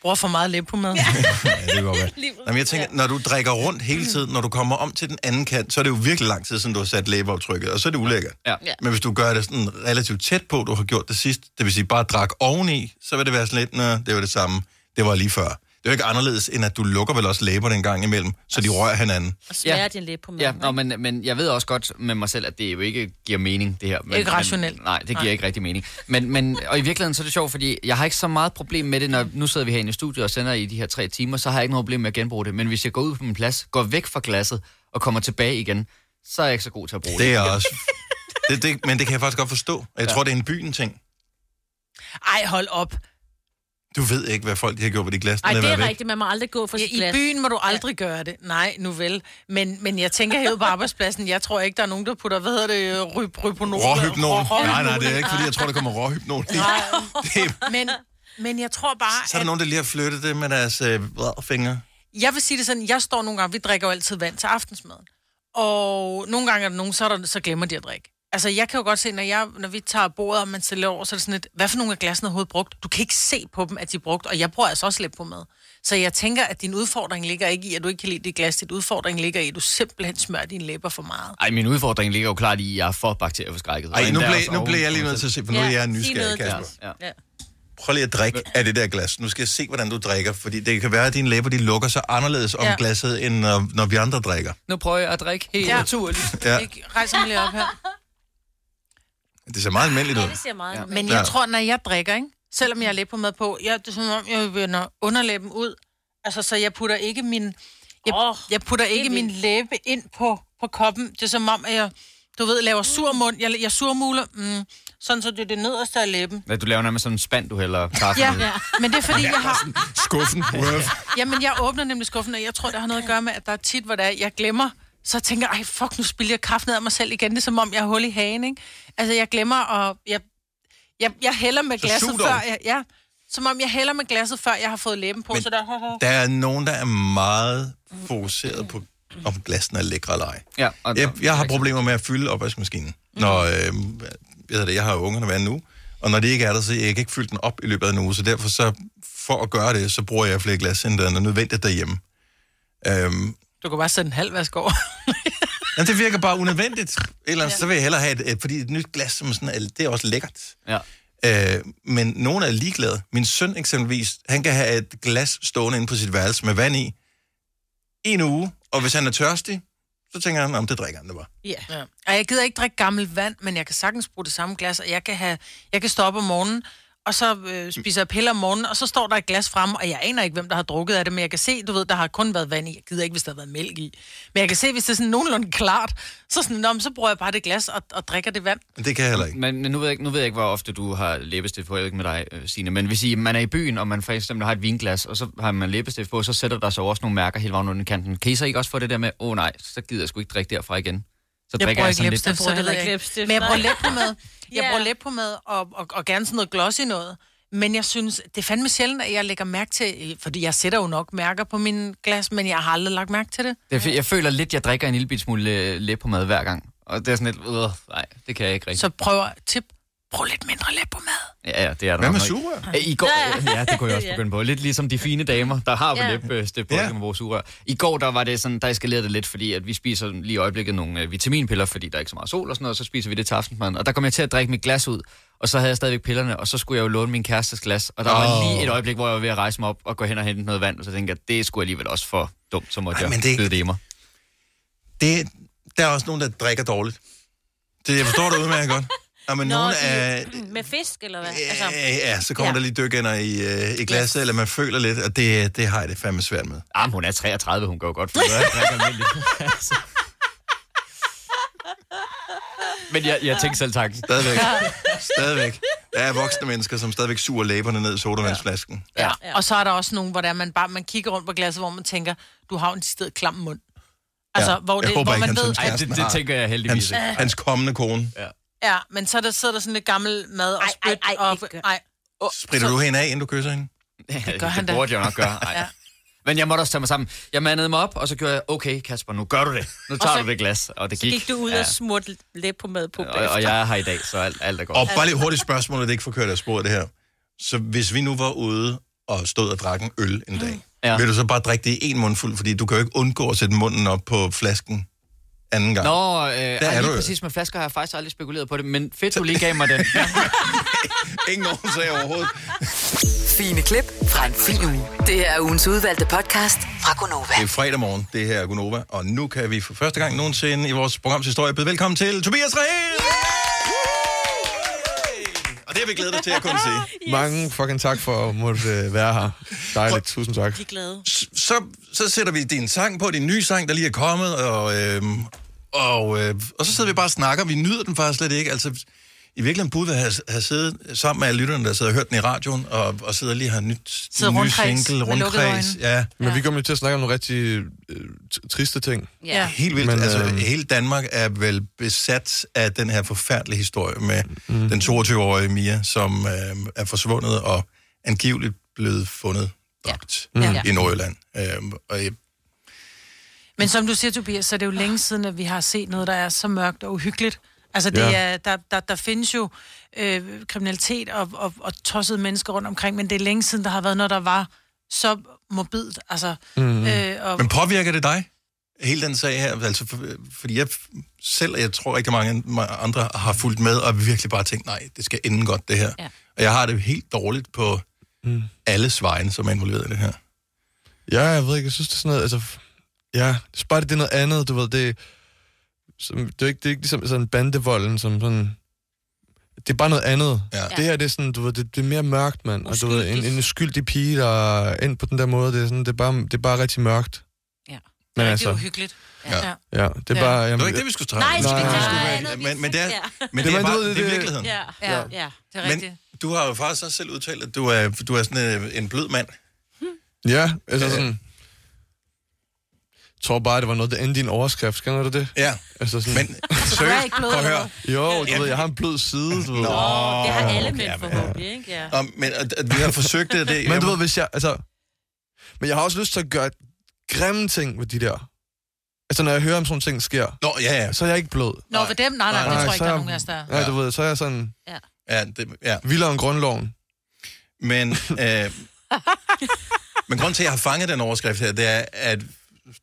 S2: Bruger for meget læb på mad.
S1: det kan godt være. Nå, men jeg tænker, når du drikker rundt hele tiden, når du kommer om til den anden kant, så er det jo virkelig lang tid, siden du har sat læbeoptrykket, og så er det ulækkert.
S7: Ja.
S1: Men hvis du gør det sådan relativt tæt på, du har gjort det sidst, det vil sige bare drak oveni, så vil det være sådan lidt, nej, det var det samme, det var lige før. Det er jo ikke anderledes, end at du lukker vel også læberne en gang imellem, så de rører hinanden.
S3: Og smager ja. din læbe på maden.
S7: Ja, nå, men, men jeg ved også godt med mig selv, at det jo ikke giver mening, det her. Men,
S3: Ikke rationelt.
S7: Men, nej, det giver
S3: Nej.
S7: nej. ikke rigtig mening. Men, men, og i virkeligheden så er det sjovt, fordi jeg har ikke så meget problem med det, når nu sidder vi herinde i studiet og sender i de her tre timer, så har jeg ikke noget problem med at genbruge det. Men hvis jeg går ud på min plads, går væk fra glasset og kommer tilbage igen, så er jeg ikke så god til at bruge det.
S1: Det er også... Det, det, men det kan jeg faktisk godt forstå. Og Jeg ja. tror, det er en byen-ting.
S2: Ej, hold op.
S1: Du ved ikke, hvad folk de har gjort ved de glas, der
S2: Ej,
S1: lader
S2: det er
S1: være væk.
S3: rigtigt, man må aldrig gå for
S2: ja,
S3: sit
S2: I
S3: glas.
S2: byen må du aldrig ja. gøre det. Nej, nu vel. Men, men jeg tænker herude på arbejdspladsen, jeg tror ikke, der er nogen, der putter, hvad hedder det, øh, ryb, ryponol?
S1: Råhypnol.
S2: Rå-
S1: Nej, nej, det er ikke, fordi jeg tror, der kommer råhypnol. Det, det,
S2: Men, men jeg tror bare,
S1: så er der nogen, der lige har flyttet det med deres øh, vrede fingre.
S2: jeg vil sige det sådan, jeg står nogle gange, vi drikker jo altid vand til aftensmad. Og nogle gange er der nogen, så, er der, så glemmer de at drikke. Altså, jeg kan jo godt se, når, jeg, når vi tager bordet, og man stiller over, så er det sådan lidt, hvad for nogle af glassene er overhovedet brugt? Du kan ikke se på dem, at de er brugt, og jeg bruger altså også lidt på mad. Så jeg tænker, at din udfordring ligger ikke i, at du ikke kan lide det glas. Dit udfordring ligger i, at du simpelthen smører dine læber for meget.
S7: Ej, min udfordring ligger jo klart i, at jeg er for bakterieforskrækket. Og
S1: Ej, nu
S7: endda
S1: blev,
S7: også
S1: nu
S7: oven
S1: blev jeg
S7: på
S1: lige
S7: mig
S1: nødt til
S7: selv.
S1: at se, for nu er jeg nysgerrig,
S7: Ja.
S1: Kasper.
S7: altså Ja. Ja.
S1: Prøv lige at drikke af det der glas. Nu skal jeg se, hvordan du drikker, fordi det kan være, at dine læber de lukker sig anderledes om
S2: Ja.
S1: glasset, end når, når vi andre drikker.
S7: Nu prøver jeg at drikke helt
S2: Ja.
S7: ja. naturligt.
S1: Ja.
S2: Ikke? Rejs ham lige op her.
S1: Det ser meget almindeligt ud.
S3: ser meget.
S1: Ja.
S2: Men
S1: Ja.
S2: jeg tror, når jeg drikker, ikke? selvom jeg er lidt på mad på, jeg, det er som om, jeg vender underlæben ud. Altså, så jeg putter ikke min, jeg, oh, jeg putter ikke min læbe ind på, på koppen. Det er som om, at jeg, du ved, laver sur mund. Jeg, jeg surmuler, mm, sådan så det er det nederste af læben.
S7: Ja, du laver nærmest sådan en spand, du hælder kaffe
S2: Ja,
S7: ned.
S2: men det er fordi, jeg har...
S1: Skuffen.
S2: Jamen, jeg åbner nemlig skuffen, og jeg tror, det har noget at gøre med, at der er tit, hvor der, jeg glemmer, så tænker jeg, "Ej, fuck, nu spilder jeg kraft ned af mig selv igen. Det er som om, jeg har hul i hagen, ikke? Altså, jeg glemmer, og jeg, jeg, jeg hælder med
S1: Så
S2: glasset
S1: sug dog.
S2: før... Jeg, ja, som om jeg hælder med glasset, før jeg har fået læben på,
S1: Men
S2: Men så der...
S1: Der er nogen, der er meget fokuseret på, om glassen er lækre eller ej.
S7: Ja, Mhm.
S1: jeg, jeg har problemer med at fylde opvaskemaskinen. Når, øh, jeg, ved det, jeg har jo ungerne hver nu, og når de ikke er der, så jeg kan ikke fylde den op i løbet af en uge, så derfor så, for at gøre det, så bruger jeg flere glas, end der er nødvendigt derhjemme. Øhm,
S2: Du kan bare sætte en halv vask over.
S1: Jamen, det virker bare unødvendigt. Eller ja. så vil jeg hellere have et, et, fordi et nyt glas, som sådan, er, det er også lækkert.
S7: Ja.
S1: Øh, men nogen er ligeglade. Min søn eksempelvis, han kan have et glas stående inde på sit værelse med vand i en uge, og hvis han er tørstig, så tænker han, om det drikker han det bare.
S2: Ja. ja. Og jeg gider ikke drikke gammelt vand, men jeg kan sagtens bruge det samme glas, og jeg kan, have, jeg kan stå op om morgenen, og så øh, spiser jeg piller om morgenen, og så står der et glas fremme, og jeg aner ikke, hvem der har drukket af det, men jeg kan se, du ved, der har kun været vand i. Jeg gider ikke, hvis der har været mælk i. Men jeg kan se, hvis det er sådan nogenlunde klart, så, sådan, nå, men så bruger jeg bare det glas og, og drikker det vand.
S1: Det kan jeg heller ikke.
S7: Men, men nu, ved jeg, ikke- nu ved jeg ikke, hvor ofte du har læbestift på, jeg ved ikke med dig, øh, Signe, men hvis I, man er i byen, og man for eksempel har et vinglas, og så har man læbestift på, så sætter der sig også nogle mærker hele vejen under kanten. Kan I så ikke også få det der med, åh oh, nej, så gider jeg sgu ikke drikke derfra igen? Så drikker
S2: bruger
S7: jeg sådan
S2: læbestift,
S7: lidt.
S2: så heller ikke.
S3: læbestift,
S2: Men jeg
S3: nej.
S2: bruger læb på med. Jeg
S3: Ja.
S2: bruger læb på med, og, og, og gerne sådan noget glossy noget. Men jeg synes, det er fandme sjældent, at jeg lægger mærke til, fordi jeg sætter jo nok mærker på min glas, men jeg har aldrig lagt mærke til det.
S7: Det er, fordi, jeg føler lidt, jeg drikker en lille bit smule øh, læbpomade hver gang. Og det er sådan lidt, øh, nej, det kan jeg ikke rigtig.
S2: Så prøv, tip, brug lidt mindre læb på mad.
S7: Ja, ja, det er der
S1: Hvad med
S7: nok nok.
S1: sugerør?
S7: Øh, I går,
S2: Ja, ja.
S7: ja, det kunne jeg også
S2: Ja.
S7: begynde på. Lidt ligesom de fine damer, der har øh, på
S2: Ja.
S7: ja. læbestift på, ja. kan bruge sugerør. I går, der var det sådan, der eskalerede det lidt, fordi at vi spiser lige i øjeblikket nogle øh, vitaminpiller, fordi der er ikke så meget sol og sådan noget, og så spiser vi det til aftensmaden. Og der kom jeg til at drikke mit glas ud, og så havde jeg stadigvæk pillerne, og så skulle jeg jo låne min kærestes glas. Og der oh. var
S1: Åh.
S7: lige et øjeblik, hvor jeg var ved at rejse mig op og gå hen og hente noget vand, og så tænkte jeg, det skulle alligevel også for dumt, så måtte
S1: Ej,
S7: Ej,
S1: men
S7: jeg
S1: det-
S7: det... det i mig.
S1: Det, der er også nogen, der drikker dårligt. Det, jeg forstår det udmærket godt. Nå, men
S3: Nå,
S1: nogen
S3: de- Mm,
S1: er...
S3: Med fisk, eller hvad? Altså,
S1: Ja, så kommer ja. der lige dykænder i, øh, i glasset, eller man føler lidt, og det, det har jeg det fandme svært med.
S7: Jamen, hun er 33, hun går godt for det. Jeg drikker almindeligt. Altså. Men jeg, jeg tænkte selv tak.
S1: Stadigvæk. Stadigvæk. Der er voksne mennesker, som stadigvæk suger læberne ned i sodavandsflasken.
S2: Ja. ja. Og så er der også nogen, hvor der man bare man kigger rundt på glasset, hvor man tænker, du har jo en sted klam mund. Altså,
S1: Ja.
S2: hvor, det,
S1: jeg håber
S2: hvor
S1: ikke,
S2: man
S1: hans
S2: ved...
S1: ekskæreste
S7: Ej, det- det
S1: har
S7: tænker jeg heldigvis
S1: Hans,
S2: ikke.
S1: hans kommende kone.
S7: Ja.
S2: Ja, men så der sidder der sådan lidt gammel mad og spyt. Ej, ej, ej, ej. Oh,
S1: Spritter du hende af, inden du kysser hende?
S7: Det,
S2: gør han da.
S7: det burde jeg jo nok gøre. Ej.
S2: Ja.
S7: ja. Men jeg måtte også tage mig sammen. Jeg mandede mig op, og så gjorde jeg, okay Kasper, nu gør du det. Nu
S3: Og
S7: tager
S3: så-
S7: du det glas, og det
S3: så
S7: gik.
S3: gik du ud og smurte læb på mad på
S7: og, og jeg er her i dag, så alt, alt er godt.
S1: Og bare lige hurtigt spørgsmål, at det ikke får kørt af sporet det her. Så hvis vi nu var ude og stod og drak en øl en dag, ja. vil du så bare drikke det i en mundfuld? Fordi du kan jo ikke undgå at sætte munden op på flasken anden gang.
S7: Nå, øh,
S1: Der
S7: ej,
S1: er du
S7: lige
S1: jo.
S7: præcis med flasker har jeg faktisk aldrig spekuleret på det, men fedt, du lige gav mig den.
S1: Ingen nogen sagde overhovedet.
S11: Fine klip fra en fin uge. Det her er ugens udvalgte podcast fra Gonova.
S1: Det er fredag morgen, det her er Gunova, og nu kan vi for første gang nogensinde i vores programs historie byde velkommen til Tobias Rehel! Og det har vi glædet os til at kunne sige.
S8: Yes. Mange fucking tak for at måtte øh, være her. Dejligt, tusind tak.
S3: De er glade.
S1: så, så sætter vi din sang på, din nye sang, der lige er kommet, og, øhm, og, øh, og så sidder vi bare og snakker. Vi nyder den faktisk slet ikke. Altså, I virkeligheden burde jeg have, have siddet sammen med alle lytterne, der sidder og hørt den i radioen, og, og sidder lige og har nyt,
S8: Sidder
S1: nye
S8: rundkreds
S1: single,
S8: med lukkede
S1: rundkreds.
S8: øjne.
S1: Ja.
S8: Men vi kommer jo til at snakke om nogle rigtig øh, t- triste ting.
S1: Ja. Helt vildt. Men,
S8: Men,
S1: altså,
S8: øhm,
S1: hele Danmark er vel besat af den her forfærdelige historie med mm. den 22-årige Mia, som øh, er forsvundet og angiveligt blevet fundet dræbt
S2: Ja.
S1: ja.
S2: Ja.
S1: i Nordjylland. Øh, og jeg,
S2: Men som du siger, Tobias, så er det jo længe siden, at vi har set noget, der er så mørkt og uhyggeligt. Altså, det
S1: Ja.
S2: ja. er, der, der, der findes jo øh, kriminalitet og, og, og tossede mennesker rundt omkring, men det er længe siden, der har været noget, der var så morbidt. Altså,
S1: Mhm.
S2: øh, og,
S1: Men påvirker det dig? Hele den sag her, altså, for, fordi jeg f- selv, og jeg tror rigtig mange ma- andre har fulgt med, og virkelig bare tænkt, nej, det skal ende godt, det her. Ja. Og jeg har det helt dårligt på mm. alle vegne, som er involveret i det her.
S8: Ja, jeg ved ikke, jeg synes, det er sådan noget, altså... Ja, jeg synes bare, det er noget andet, du ved, det... Som, det, er ikke, det er ikke ligesom sådan bandevolden, som sådan... Det er bare noget andet.
S1: Ja.
S8: Det her, det er sådan, du ved, det, det er mere mørkt, mand. Og du ved, en, en uskyldig pige, der er ind på den der måde, det er sådan, det er bare, det er bare rigtig mørkt.
S3: Ja.
S8: Men
S2: det er
S8: altså,
S2: uhyggeligt. Ja.
S8: Ja, det er bare...
S1: det var ikke det, vi skulle tage.
S8: Nej,
S1: det skulle
S8: nej,
S1: være-
S8: nej,
S1: men, men det er,
S8: ja.
S1: men det
S8: Det
S1: er,
S8: var-
S1: bare,
S8: det var-
S1: det er
S8: det-
S1: virkeligheden.
S3: Ja, ja, ja. Det er rigtigt.
S1: Men du har jo faktisk også selv udtalt, at du er, du er sådan øh, en blød mand.
S8: Ja, altså sådan... Jeg tror bare, det var noget, det endte i en overskrift. Kender du det?
S1: Ja.
S8: Altså sådan... Men,
S1: seriøst, ikke blød, prøv at eller høre.
S8: Jo, du ved, jeg har en blød side, du ved.
S1: Nå, det har alle
S8: mænd
S3: forhåbentlig, ikke? Ja.
S1: Og, men at, at vi har forsøgt det, det
S8: Men du ved, hvis jeg... Altså, men jeg har også lyst til at gøre grimme ting ved de der. Altså, når jeg hører om sådan nogle ting sker,
S1: Nå, ja, ja.
S8: så er jeg ikke blød.
S2: Nå, ved dem? Nej, nej, det tror jeg
S8: så
S2: ikke, der er nogen af os, der er.
S8: Nej, du ved, så er jeg sådan...
S3: Ja.
S1: Ja, det, ja.
S8: Vildere end grundloven.
S1: Men, øh, men grunden til, at jeg har fanget den overskrift her, det er, at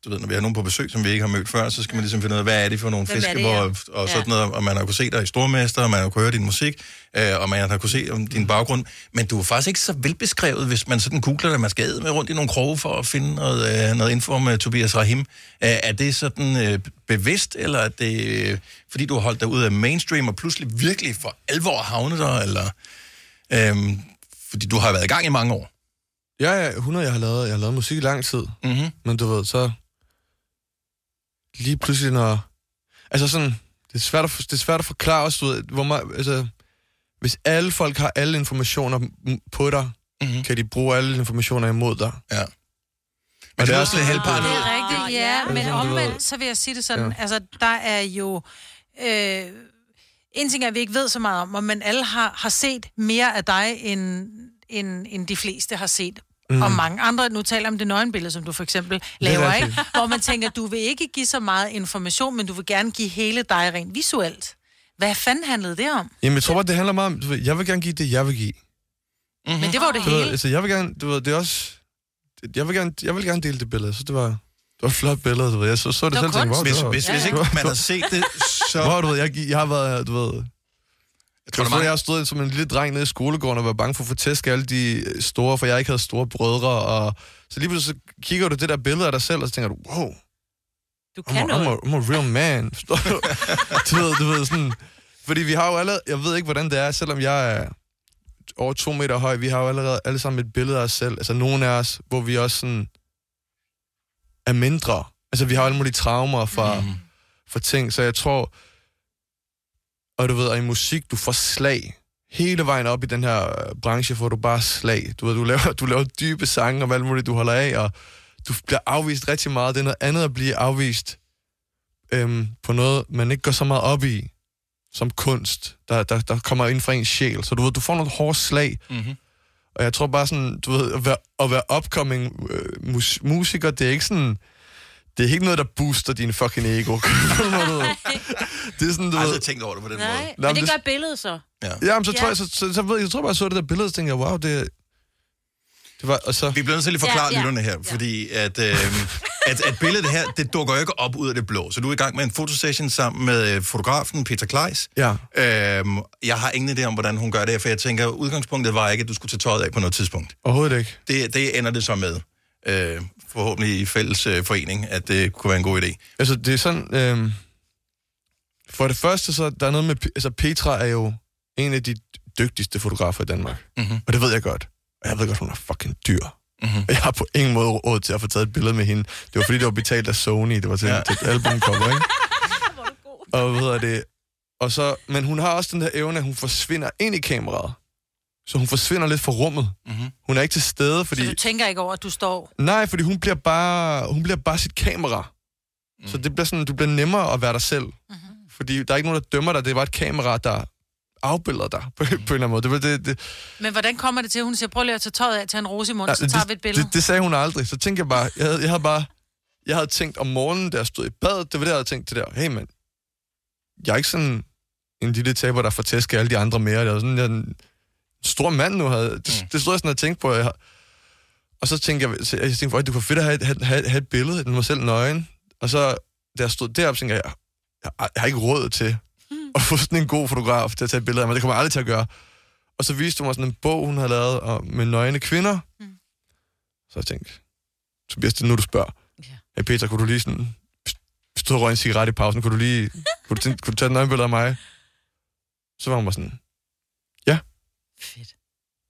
S1: du ved, når vi har nogen på besøg, som vi ikke har mødt før, så skal man ligesom finde ud af, hvad er det for nogle
S8: Hvem er
S1: fiske,
S8: det,
S1: hvor,
S8: ja?
S1: og, og
S8: Ja.
S1: sådan noget, og man har kunnet se dig i Stormester, og man har kunnet høre din musik, øh, og man har kunnet se om din baggrund, men du er faktisk ikke så velbeskrevet, hvis man sådan googler dig, man skal æde med rundt i nogle kroge for at finde noget, øh, noget info om øh, Tobias Rahim. Øh, er det sådan øh, bevidst, eller er det, øh, fordi du har holdt dig ud af mainstream, og pludselig virkelig for alvor havnet dig, eller... Øhm, Fordi du har været i gang i mange år.
S8: Ja, ja, 100, jeg har lavet, jeg har lavet musik i lang tid.
S1: Mm-hmm.
S8: Men du ved, så lige pludselig, når... Altså sådan, det er svært at, for- det er svært at forklare også, du ved, hvor meget... Altså, hvis alle folk har alle informationer m- på dig,
S1: mm-hmm.
S8: kan de bruge alle informationer imod dig.
S1: Ja. Men,
S8: men det er også lidt
S2: Ah, Det
S8: halvparten.
S2: er rigtigt, ja.
S8: Ja.
S2: Men
S8: Ja.
S2: omvendt, så vil jeg sige det sådan,
S8: Ja.
S2: altså, der er jo... Øh, en ting er, at vi ikke ved så meget om, men alle har, har set mere af dig, end, end, end de fleste har set. Mm.
S3: Mm.
S2: Og mange andre, nu taler jeg om det nøgenbillede, som du for eksempel laver,
S3: rigtigt.
S2: ikke? hvor man tænker, du vil ikke give så meget information, men du vil gerne give hele dig rent visuelt. Hvad fanden handlede det om?
S8: Jamen, jeg tror bare, det handler meget om, du ved, jeg vil gerne give det, jeg vil give.
S1: Mm-hmm.
S2: Men det var jo det
S8: du Ved,
S2: hele.
S8: altså, jeg vil gerne, du ved, det er også... Jeg vil gerne, jeg vil gerne dele det billede, så det var... Det var et flot billede, du ved. Jeg så, så det,
S1: Det var
S8: selv, tænkte,
S1: kunst.
S8: wow,
S1: Hvis-
S8: det var,
S1: hvis- hvis
S8: det
S1: ikke
S8: var-
S1: man havde set det, så-
S8: Hvor, du ved, jeg, gik- jeg har været, du ved... Jeg tror,
S1: tror, der
S8: jeg,
S1: mange-
S8: jeg har stået som en lille dreng nede i skolegården og var bange for at få tæsk af alle de øh, store, for jeg ikke havde store brødre, og så lige pludselig så kigger du det der billede af dig selv, og så tænker du, wow,
S3: Du
S8: I'm a,
S3: kan noget.
S8: I'm, a, I'm a real man. Forstår du? du, ved, du ved, sådan... Fordi vi har jo allerede... Jeg ved ikke, hvordan det er, selvom jeg er over to meter høj. Vi har jo allerede alle sammen et billede af os selv. Altså, nogle af os, hvor vi også sådan er mindre. Altså, vi har jo alle mulige traumer fra, mm. fra ting. Så jeg tror... Og du ved, og i musik, du får slag. Hele vejen op i den her øh, branche får du bare slag. Du ved, du laver, du laver dybe sange om alt muligt, du holder af, og du bliver afvist rigtig meget. Det er noget andet at blive afvist øhm, på noget, man ikke går så meget op i, som kunst, der, der, der kommer ind fra ens sjæl. Så du ved, du får nogle hårde slag,
S1: Mm-hmm.
S8: og jeg tror bare sådan, du ved, at være, at være upcoming øh, mus, musiker, det er ikke sådan, det er ikke noget, der booster din fucking ego. det er sådan, du
S1: Jeg har
S8: ved...
S1: aldrig tænkt over det på den
S3: Nej,
S1: måde.
S8: Nå,
S3: men det
S8: men
S3: gør
S8: det-
S3: billedet så.
S8: Ja, men så tror jeg, så, så, så, ved jeg, jeg tror bare, jeg så det der billede, og så tænkte jeg, wow, det, det var, og så...
S1: Vi bliver nødt til lige at forklare ja, ja. lytterne her, fordi at, øh, at, at billedet her, det dukker jo ikke op ud af det blå. Så du er i gang med en fotosession sammen med øh, fotografen Peter Kleis.
S8: Ja.
S1: Øhm, jeg har ingen idé om, hvordan hun gør det, for jeg tænker, udgangspunktet var ikke, at du skulle tage tøjet af på noget tidspunkt.
S8: Overhovedet ikke.
S1: Det, det ender det så med, øh, forhåbentlig i fælles øh, forening, at det kunne være en god idé.
S8: Altså, det er sådan... Øh, for det første, så der er noget med... Altså, Petra er jo en af de dygtigste fotografer i Danmark.
S1: Mm-hmm.
S8: Og det ved jeg godt. Og jeg ved godt, hun er fucking dyr.
S1: Mm-hmm.
S8: Og jeg har på ingen måde råd til at få taget et billede med hende. Det var fordi, det var betalt af Sony. Det var til, ja. til et albumcover, ikke? og hvad hedder det? Og så, men hun har også den der evne, at hun forsvinder ind i kameraet. Så hun forsvinder lidt fra rummet.
S1: Mm-hmm.
S8: Hun er ikke til stede, fordi...
S2: Så du tænker ikke over, at du står...
S8: Nej, fordi hun bliver bare, hun bliver bare sit kamera. Mm. Så det bliver sådan, du bliver nemmere at være dig selv. Mm-hmm. Fordi der er ikke nogen, der dømmer dig. Det er bare et kamera, der afbilder dig på, mm. på en eller anden måde. Det, var- det, det,
S2: Men hvordan kommer det til, at hun siger, prøv lige at tage tøjet af, tage en rose i munden,
S8: nej,
S2: så tager vi et billede?
S8: Altså, Det, det sagde hun aldrig. Så tænkte jeg bare, jeg havde, jeg havde bare... Jeg havde tænkt om morgenen, da jeg stod i badet, det var det, jeg havde tænkt det der. Hey, mand, jeg er ikke sådan en lille taber, der får tæsk af alle de andre mere. Jeg er sådan jeg er en stor mand nu. Havde. Det, mm. det stod jeg sådan og tænkte på. Jeg, har- og så tænkte jeg, så jeg tænkte, "Øj, det kunne være fedt at have, et- have, have, have et billede af mig selv nøgen. Og så, da jeg stod deroppe, tænkte jeg, jeg, har- jeg har ikke råd til at få sådan en god fotograf til at tage et billede af mig. Det kommer jeg aldrig til at gøre. Og så viste hun mig sådan en bog, hun havde lavet om- med nøgne kvinder. Så jeg tænkte, Tobias, det er nu, du spørger. Hey Peter, kunne du lige sådan... Hvis du havde røget en cigaret i pausen, kunne du lige... Kunne du, tænke, kunne du tage et nøgenbillede af mig? Så var hun bare sådan... Ja. Fedt.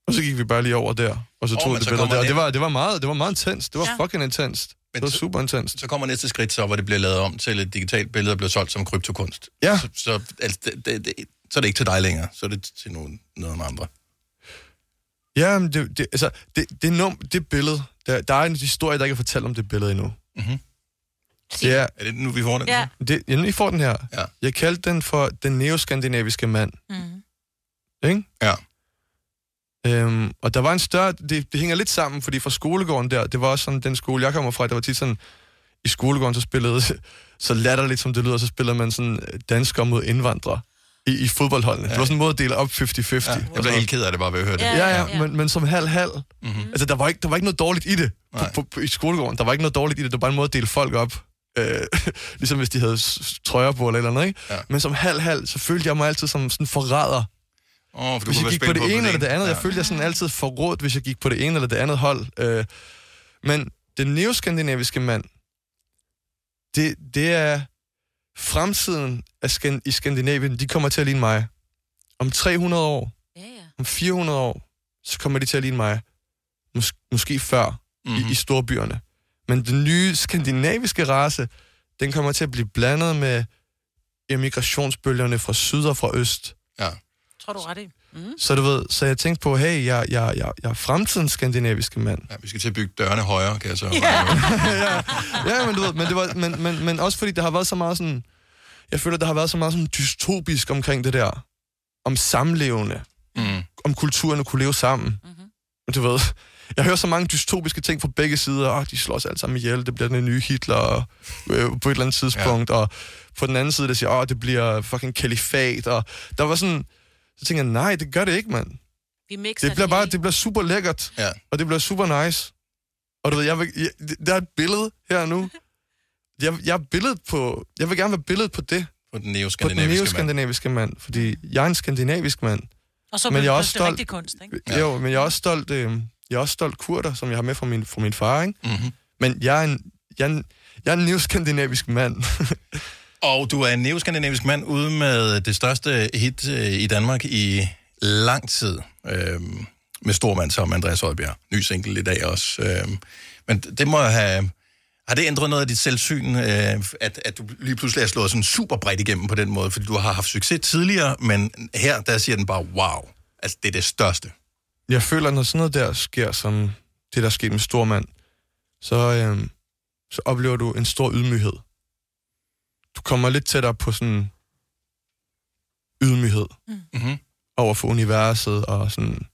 S8: Og så gik vi bare lige over der, og så
S1: Åh,
S8: tog
S1: men
S8: oh, det
S1: så
S8: billede
S1: kommer
S8: der. Og
S1: det-
S8: det var, det var meget, det var meget intenst. Det var
S1: Ja.
S8: ja. fucking intenst. det
S1: Men
S8: var
S1: så-
S8: super intenst.
S1: Så kommer næste skridt så, hvor det bliver lavet om til et digitalt billede og bliver solgt som kryptokunst.
S8: Ja.
S1: Så, så, altså, det, det, det, så er det ikke til dig længere, så er det til nogen, nogen andre.
S8: Ja, men det, det, altså, det, det, num, det billede, der, der er en historie, der ikke er fortalt om det billede endnu.
S1: Mm-hmm.
S8: Det er,
S1: er det nu, vi får den?
S8: Ja. Det, ja, nu I får den her.
S1: Ja.
S8: Jeg kaldte den for den neoskandinaviske mand.
S2: Mhm.
S8: Ikke?
S1: Ja.
S8: Øhm, og der var en større... Det, det hænger lidt sammen, fordi fra skolegården der, det var også sådan, den skole, jeg kommer fra, der var tit sådan... I skolegården, så spillede... Så latterligt, som det lyder, så spiller man sådan øh, danskere mod indvandrere i, i fodboldholdene. Ja. Det var sådan en måde at dele op 50-50. Ja. Jeg
S1: Jeg bliver helt ked af det bare ved at høre det.
S8: Ja, ja, ja. Men, men som halv-halv.
S1: Mm-hmm.
S8: Altså, der var, ikke, der var ikke noget dårligt i det på, på, på, i skolegården. Der var ikke noget dårligt i det. Det var bare en måde at dele folk op. Øh, ligesom hvis de havde s- s- trøjer på eller et eller andet, ikke?
S1: Ja.
S8: Men som halv-halv, så følte jeg mig altid som sådan en forræder.
S1: Oh, for du
S8: Hvis jeg
S1: kunne være
S8: gik på
S1: spændt
S8: det
S1: på,
S8: ene eller det andet,
S1: Ja.
S8: jeg følte jeg sådan altid forrådt, hvis jeg gik på det ene eller det andet hold. Øh, men den neoskandinaviske mand, det, det er fremtiden af Skan- i Skandinavien, de kommer til at ligne mig. Om 300 år, om 400 år, så kommer de til at ligne mig. Mås- måske før
S1: Mhm.
S8: mm-hmm. i, i storbyerne. Men den nye skandinaviske race, den kommer til at blive blandet med immigrationsbølgerne fra syd og fra øst.
S1: Ja.
S2: Tror du ret i? Mm.
S8: Så du ved, så jeg tænkte på, hey, jeg, jeg, jeg, jeg er fremtidens skandinaviske mand.
S1: Ja, vi skal til at bygge dørene højere, kan jeg så.
S8: ja. ja, men du ved, men, det var, men, men, men også fordi der har været så meget sådan, jeg føler, der har været så meget sådan dystopisk omkring det der, om samlevende,
S1: mm.
S8: om kulturen at kunne leve sammen. Mm-hmm. Du ved, jeg hører så mange dystopiske ting fra begge sider, og de slår sig alle sammen ihjel, det bliver den nye Hitler øh, på et eller andet tidspunkt, ja. og på den anden side, der siger, åh, det bliver fucking kalifat, og der var sådan, så tænker jeg, nej, det gør det ikke, mand.
S3: Vi mixer
S8: Det bliver bare, det bliver super lækkert,
S1: ja.
S8: og det bliver super nice. Og du ved, jeg vil, jeg, der er et billede her nu. Jeg, jeg, er billedet på, jeg vil gerne være billedet på det.
S1: På den
S8: På den
S1: neoskandinaviske mand.
S8: neoskandinaviske mand. mand. Fordi jeg er en skandinavisk mand.
S2: Og så
S8: men jeg er også
S2: det
S8: stolt,
S2: rigtig kunst, ikke?
S8: Ja. Jo, men jeg er også stolt, øh, jeg er også stolt kurder, som jeg har med fra min, fra min far, ikke?
S1: Mm-hmm.
S8: Men jeg er en, jeg er en, jeg er en neoskandinavisk mand.
S1: Og du er en neoskandinavisk mand ude med det største hit øh, i Danmark i lang tid. Øhm, med stormand som Andreas Højbjerg. Ny single i dag også. Øhm, men det må have... Har det ændret noget af dit selvsyn, øh, at, at du lige pludselig er slået sådan super bredt igennem på den måde? Fordi du har haft succes tidligere, men her, der siger den bare, wow. Altså, det er det største.
S8: jeg føler, når sådan noget der sker, som det, der skete med Stormand, så, øh, så oplever du en stor ydmyghed. Du kommer lidt tættere på sådan ydmyghed
S1: Mm-hmm.
S8: over for universet og sådan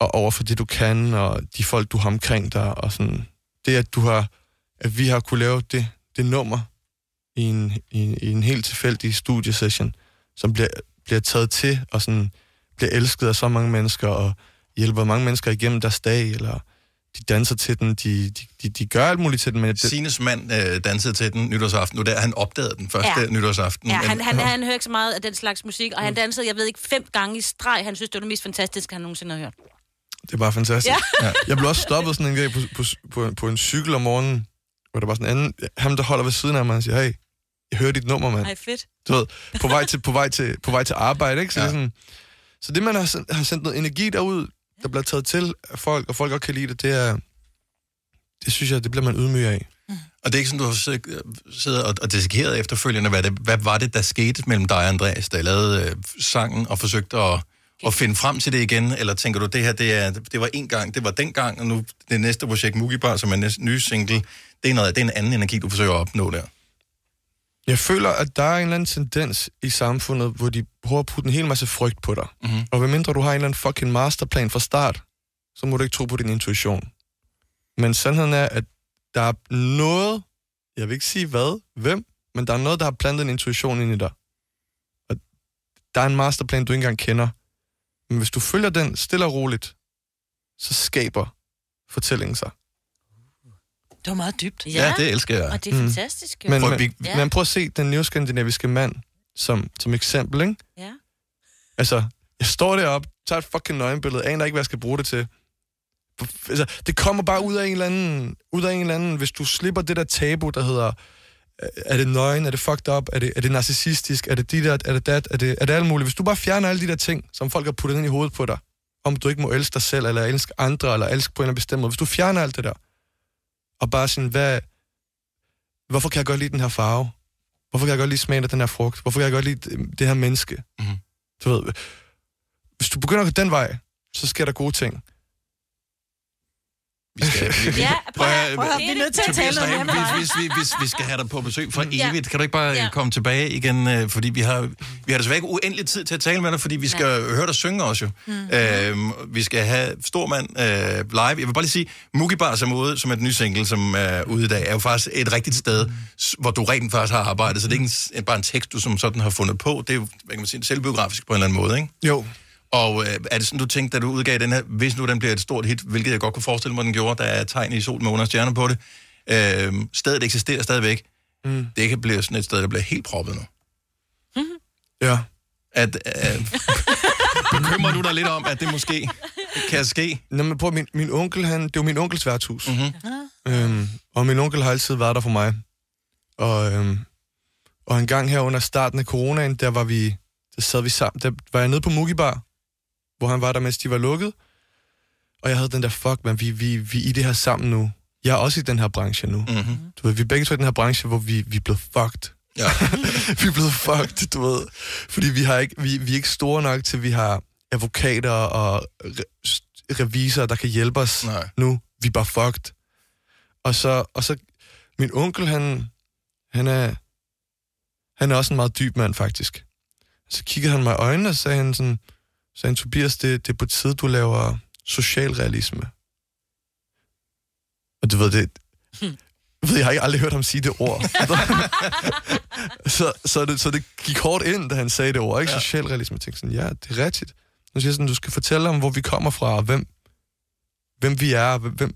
S8: og over for det, du kan, og de folk, du har omkring dig, og sådan det, at du har, at vi har kunne lave det, det nummer i en, i, en, i en helt tilfældig studiesession, som bliver, bliver taget til, og sådan bliver elsket af så mange mennesker, og hjælper mange mennesker igennem deres dag, eller de danser til den, de, de, de, de gør alt muligt til den, men det,
S1: Sines mand øh, dansede til den nytårsaften. Nu der, han opdagede den første
S3: Ja.
S1: ja. nytårsaften.
S3: Ja,
S1: Men- Mm.
S3: han, han, han hører ikke så meget af den slags musik, og han dansede, jeg ved ikke, fem gange i streg. Han synes, det var det mest fantastiske, han nogensinde har hørt.
S8: Det er bare fantastisk.
S3: Ja.
S8: Ja.
S3: Ja.
S8: Ja. Jeg blev også stoppet sådan en gang på, på, på, på en cykel om morgenen, hvor der var sådan en anden, ham der holder ved siden af mig, han siger, hey, jeg hører dit nummer, mand.
S3: Ej, fedt.
S8: Du ved, på vej til, på vej til, på vej til arbejde, ikke? Så, ja. det er sådan, så det, man har, sen- har sendt noget energi derud, der bliver taget til af folk, og folk godt kan lide det, det er, det synes jeg, det bliver man ydmyg af.
S1: Og det er ikke sådan, du har siddet- øh, siddet og, og dissekeret efterfølgende, hvad, det, hvad var det, der skete mellem dig og Andreas, da I lavede øh, sangen og forsøgte at, at finde frem til det igen? Eller tænker du, det her det, er, det var en gang, det var den gang, og nu det næste projekt, Mugibar, som er næste nye single, det er, noget, det er en anden energi, du forsøger at opnå der.
S8: Jeg føler, at der er en eller anden tendens i samfundet, hvor de prøver at putte en hel masse frygt på dig.
S1: Mm-hmm.
S8: Og medmindre du har en eller anden fucking masterplan fra start, så må du ikke tro på din intuition. Men sandheden er, at der er noget, jeg vil ikke sige hvad, hvem, men der er noget, der har plantet en intuition ind i dig. Og der er en masterplan, du ikke engang kender. Men hvis du følger den stille og roligt, så skaber fortællingen sig.
S2: Det var meget dybt.
S8: Ja, Ja. det elsker jeg.
S3: Og det er
S8: Mm.
S3: fantastisk, jo.
S8: Men, men,
S3: ja.
S8: men prøv at se den neoskandinaviske mand som, som eksempel, ikke?
S3: Ja.
S8: Altså, jeg står deroppe, tager et fucking nøgenbillede, aner ikke, hvad jeg skal bruge det til. Altså, det kommer bare ud af en eller anden, ud af en eller anden, hvis du slipper det der tabu, der hedder, øh, er det nøgen, er det fucked up, er det, er det narcissistisk, er det dit, er det dat, er det, er det alt muligt. Hvis du bare fjerner alle de der ting, som folk har puttet ind i hovedet på dig, om du ikke må elske dig selv, eller elske andre, eller elske på en eller anden bestemt måde. Hvis du fjerner alt det der, og bare sådan, hvad, hvorfor kan jeg godt lide den her farve? Hvorfor kan jeg godt lide smagen af den her frugt? Hvorfor kan jeg godt lide det- det her menneske?
S1: Mm-hmm.
S8: Du ved, hvis du begynder at gå den vej, så sker der gode ting.
S1: Vi skal, vi, vi,
S8: Ja, prøv at høre,
S1: øh,
S8: prøv at høre, vi er nødt til at
S1: Tobias
S8: tale noget
S1: Rahim,
S8: med ham.
S1: Hvis, hvis, vi, hvis vi skal have dig på besøg for
S8: Ja.
S1: evigt, kan du ikke bare
S8: Ja.
S1: ja. komme tilbage igen? øh, Fordi vi har, vi har desværre ikke uendelig tid til at tale med dig, fordi vi skal ja. høre dig synge også jo.
S4: Mm.
S8: Mhm.
S1: Mm. Øhm, vi skal have Stormand øh, live. Jeg vil bare lige sige, Mugibar som er ude, som er den nye single, som er ude i dag, er jo faktisk et rigtigt sted, s- hvor du rent faktisk har arbejdet. Så det er ikke en, s- bare en tekst, du som sådan har fundet på. Det er jo, hvad kan man sige, selvbiografisk på en eller anden måde, ikke?
S8: Jo.
S1: Og øh, er det sådan, du tænkte, da du udgav den her, hvis nu den bliver et stort hit, hvilket jeg godt kunne forestille mig, den gjorde, der er tegn i sol, måner og stjerner på det, øh, stedet eksisterer stadigvæk,
S8: Mm.
S1: det kan blive sådan et sted, der bliver helt proppet nu.
S8: Ja.
S1: At, øh, bekymrer du dig lidt om, at det måske kan ske?
S8: Nå, men prøv, min, min onkel, han, det var min onkels værtshus. Mm-hmm. Øhm, og min onkel har altid været der for mig. Og, øhm, og en gang her under starten af coronaen, der var vi, der sad vi sammen, der var jeg nede på Mugibar, hvor han var der, mens de var lukket. Og jeg havde den der, fuck, man, vi, vi, vi er i det her sammen nu. Jeg er også i den her branche nu.
S1: Mm-hmm.
S8: Du ved, vi er begge to i den her branche, hvor vi, vi er blevet fucked.
S1: Ja.
S8: vi er blevet fucked, du ved. Fordi vi, har ikke, vi, vi er ikke store nok til, at vi har advokater og re- s- revisorer, der kan hjælpe os Nej. nu. Vi er bare fucked. Og så, og så min onkel, han, han er, han er også en meget dyb mand, faktisk. Så kiggede han mig i øjnene, og sagde han sådan, sagde han, Tobias, det, det er på tide, du laver socialrealisme. Og du ved, det, jeg ved, jeg har ikke aldrig hørt ham sige det ord. Altså, så, så, det, så det gik hårdt ind, da han sagde det ord, ikke? Ja. Socialrealisme. Jeg tænkte sådan, ja, det er rigtigt. Nu siger jeg sådan, du skal fortælle om, hvor vi kommer fra, og hvem, hvem vi er, og hvem,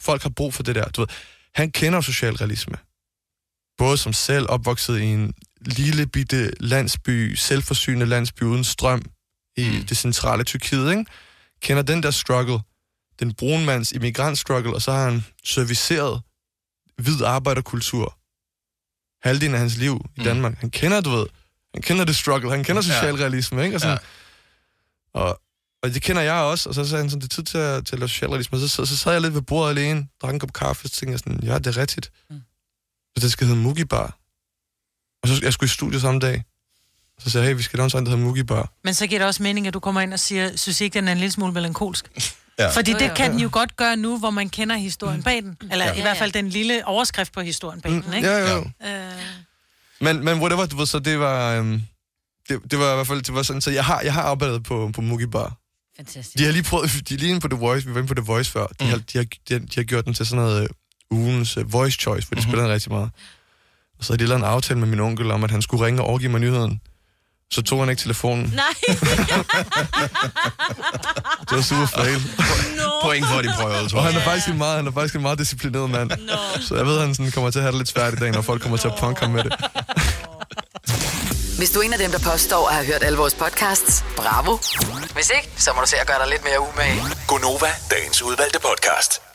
S8: folk har brug for det der. Du ved, han kender jo socialrealisme. Både som selv opvokset i en lille bitte landsby, selvforsynende landsby uden strøm i mm. det centrale Tyrkiet, ikke? kender den der struggle, den brunmands immigrantstruggle, og så har han serviceret hvid arbejderkultur halvdelen af hans liv i Danmark. Han kender, du ved, han kender det struggle, han kender
S1: Ja.
S8: socialrealisme, ikke? Og, sådan, og, og det kender jeg også, og så sagde han sådan, det er tid til at, til at lave socialrealisme, og så, så, så sad jeg lidt ved bordet alene, drak en kop kaffe, og så tænkte jeg sådan, ja, det er rigtigt. Mm. Og det skal hedde Mugi Bar. Og så jeg skulle i studiet samme dag, og så sagde jeg, hey, vi skal lave en sang, der hedder Mugi Bar.
S2: Men så giver det også mening, at du kommer ind og siger, synes I ikke, den er en lille smule melankolsk?
S8: Ja.
S2: Ja. Fordi
S8: Jo, jo.
S2: det kan den jo godt gøre nu, hvor man kender historien bag den. Eller
S8: Ja.
S2: ja. i hvert fald den lille overskrift på historien bag den, ikke?
S8: Mm. Ja, jo, jo.
S2: Øh,
S8: Men, men whatever, du ved, så det var... Øhm, det, det, var i hvert fald det var sådan, så jeg har, jeg har arbejdet på, på Mugi Bar.
S3: Fantastisk.
S8: De har lige prøvet, de er lige inde på The Voice, vi var inde på The Voice før. De, mm. har, de, har, de, har, de har gjort den til sådan noget øh, ugens uh, Voice Choice, hvor de mm-hmm. spiller den rigtig meget. Og så havde de lavet en aftale med min onkel om, at han skulle ringe og overgive mig nyheden. Så tog han ikke telefonen.
S3: Nej.
S8: Det var super fail.
S3: No.
S1: Point for, at de prøvede, tror
S8: altså. Og han er
S1: jeg.
S8: faktisk en meget, han er faktisk en meget disciplineret mand. No. Så jeg ved, at han sådan kommer til at have det lidt svært i dag, når folk kommer til at punke ham med det.
S11: Hvis du er en af dem, der påstår at have hørt alle vores podcasts, bravo. Hvis ikke, så må du se at gøre dig lidt mere umage.
S20: Gonova, dagens udvalgte podcast.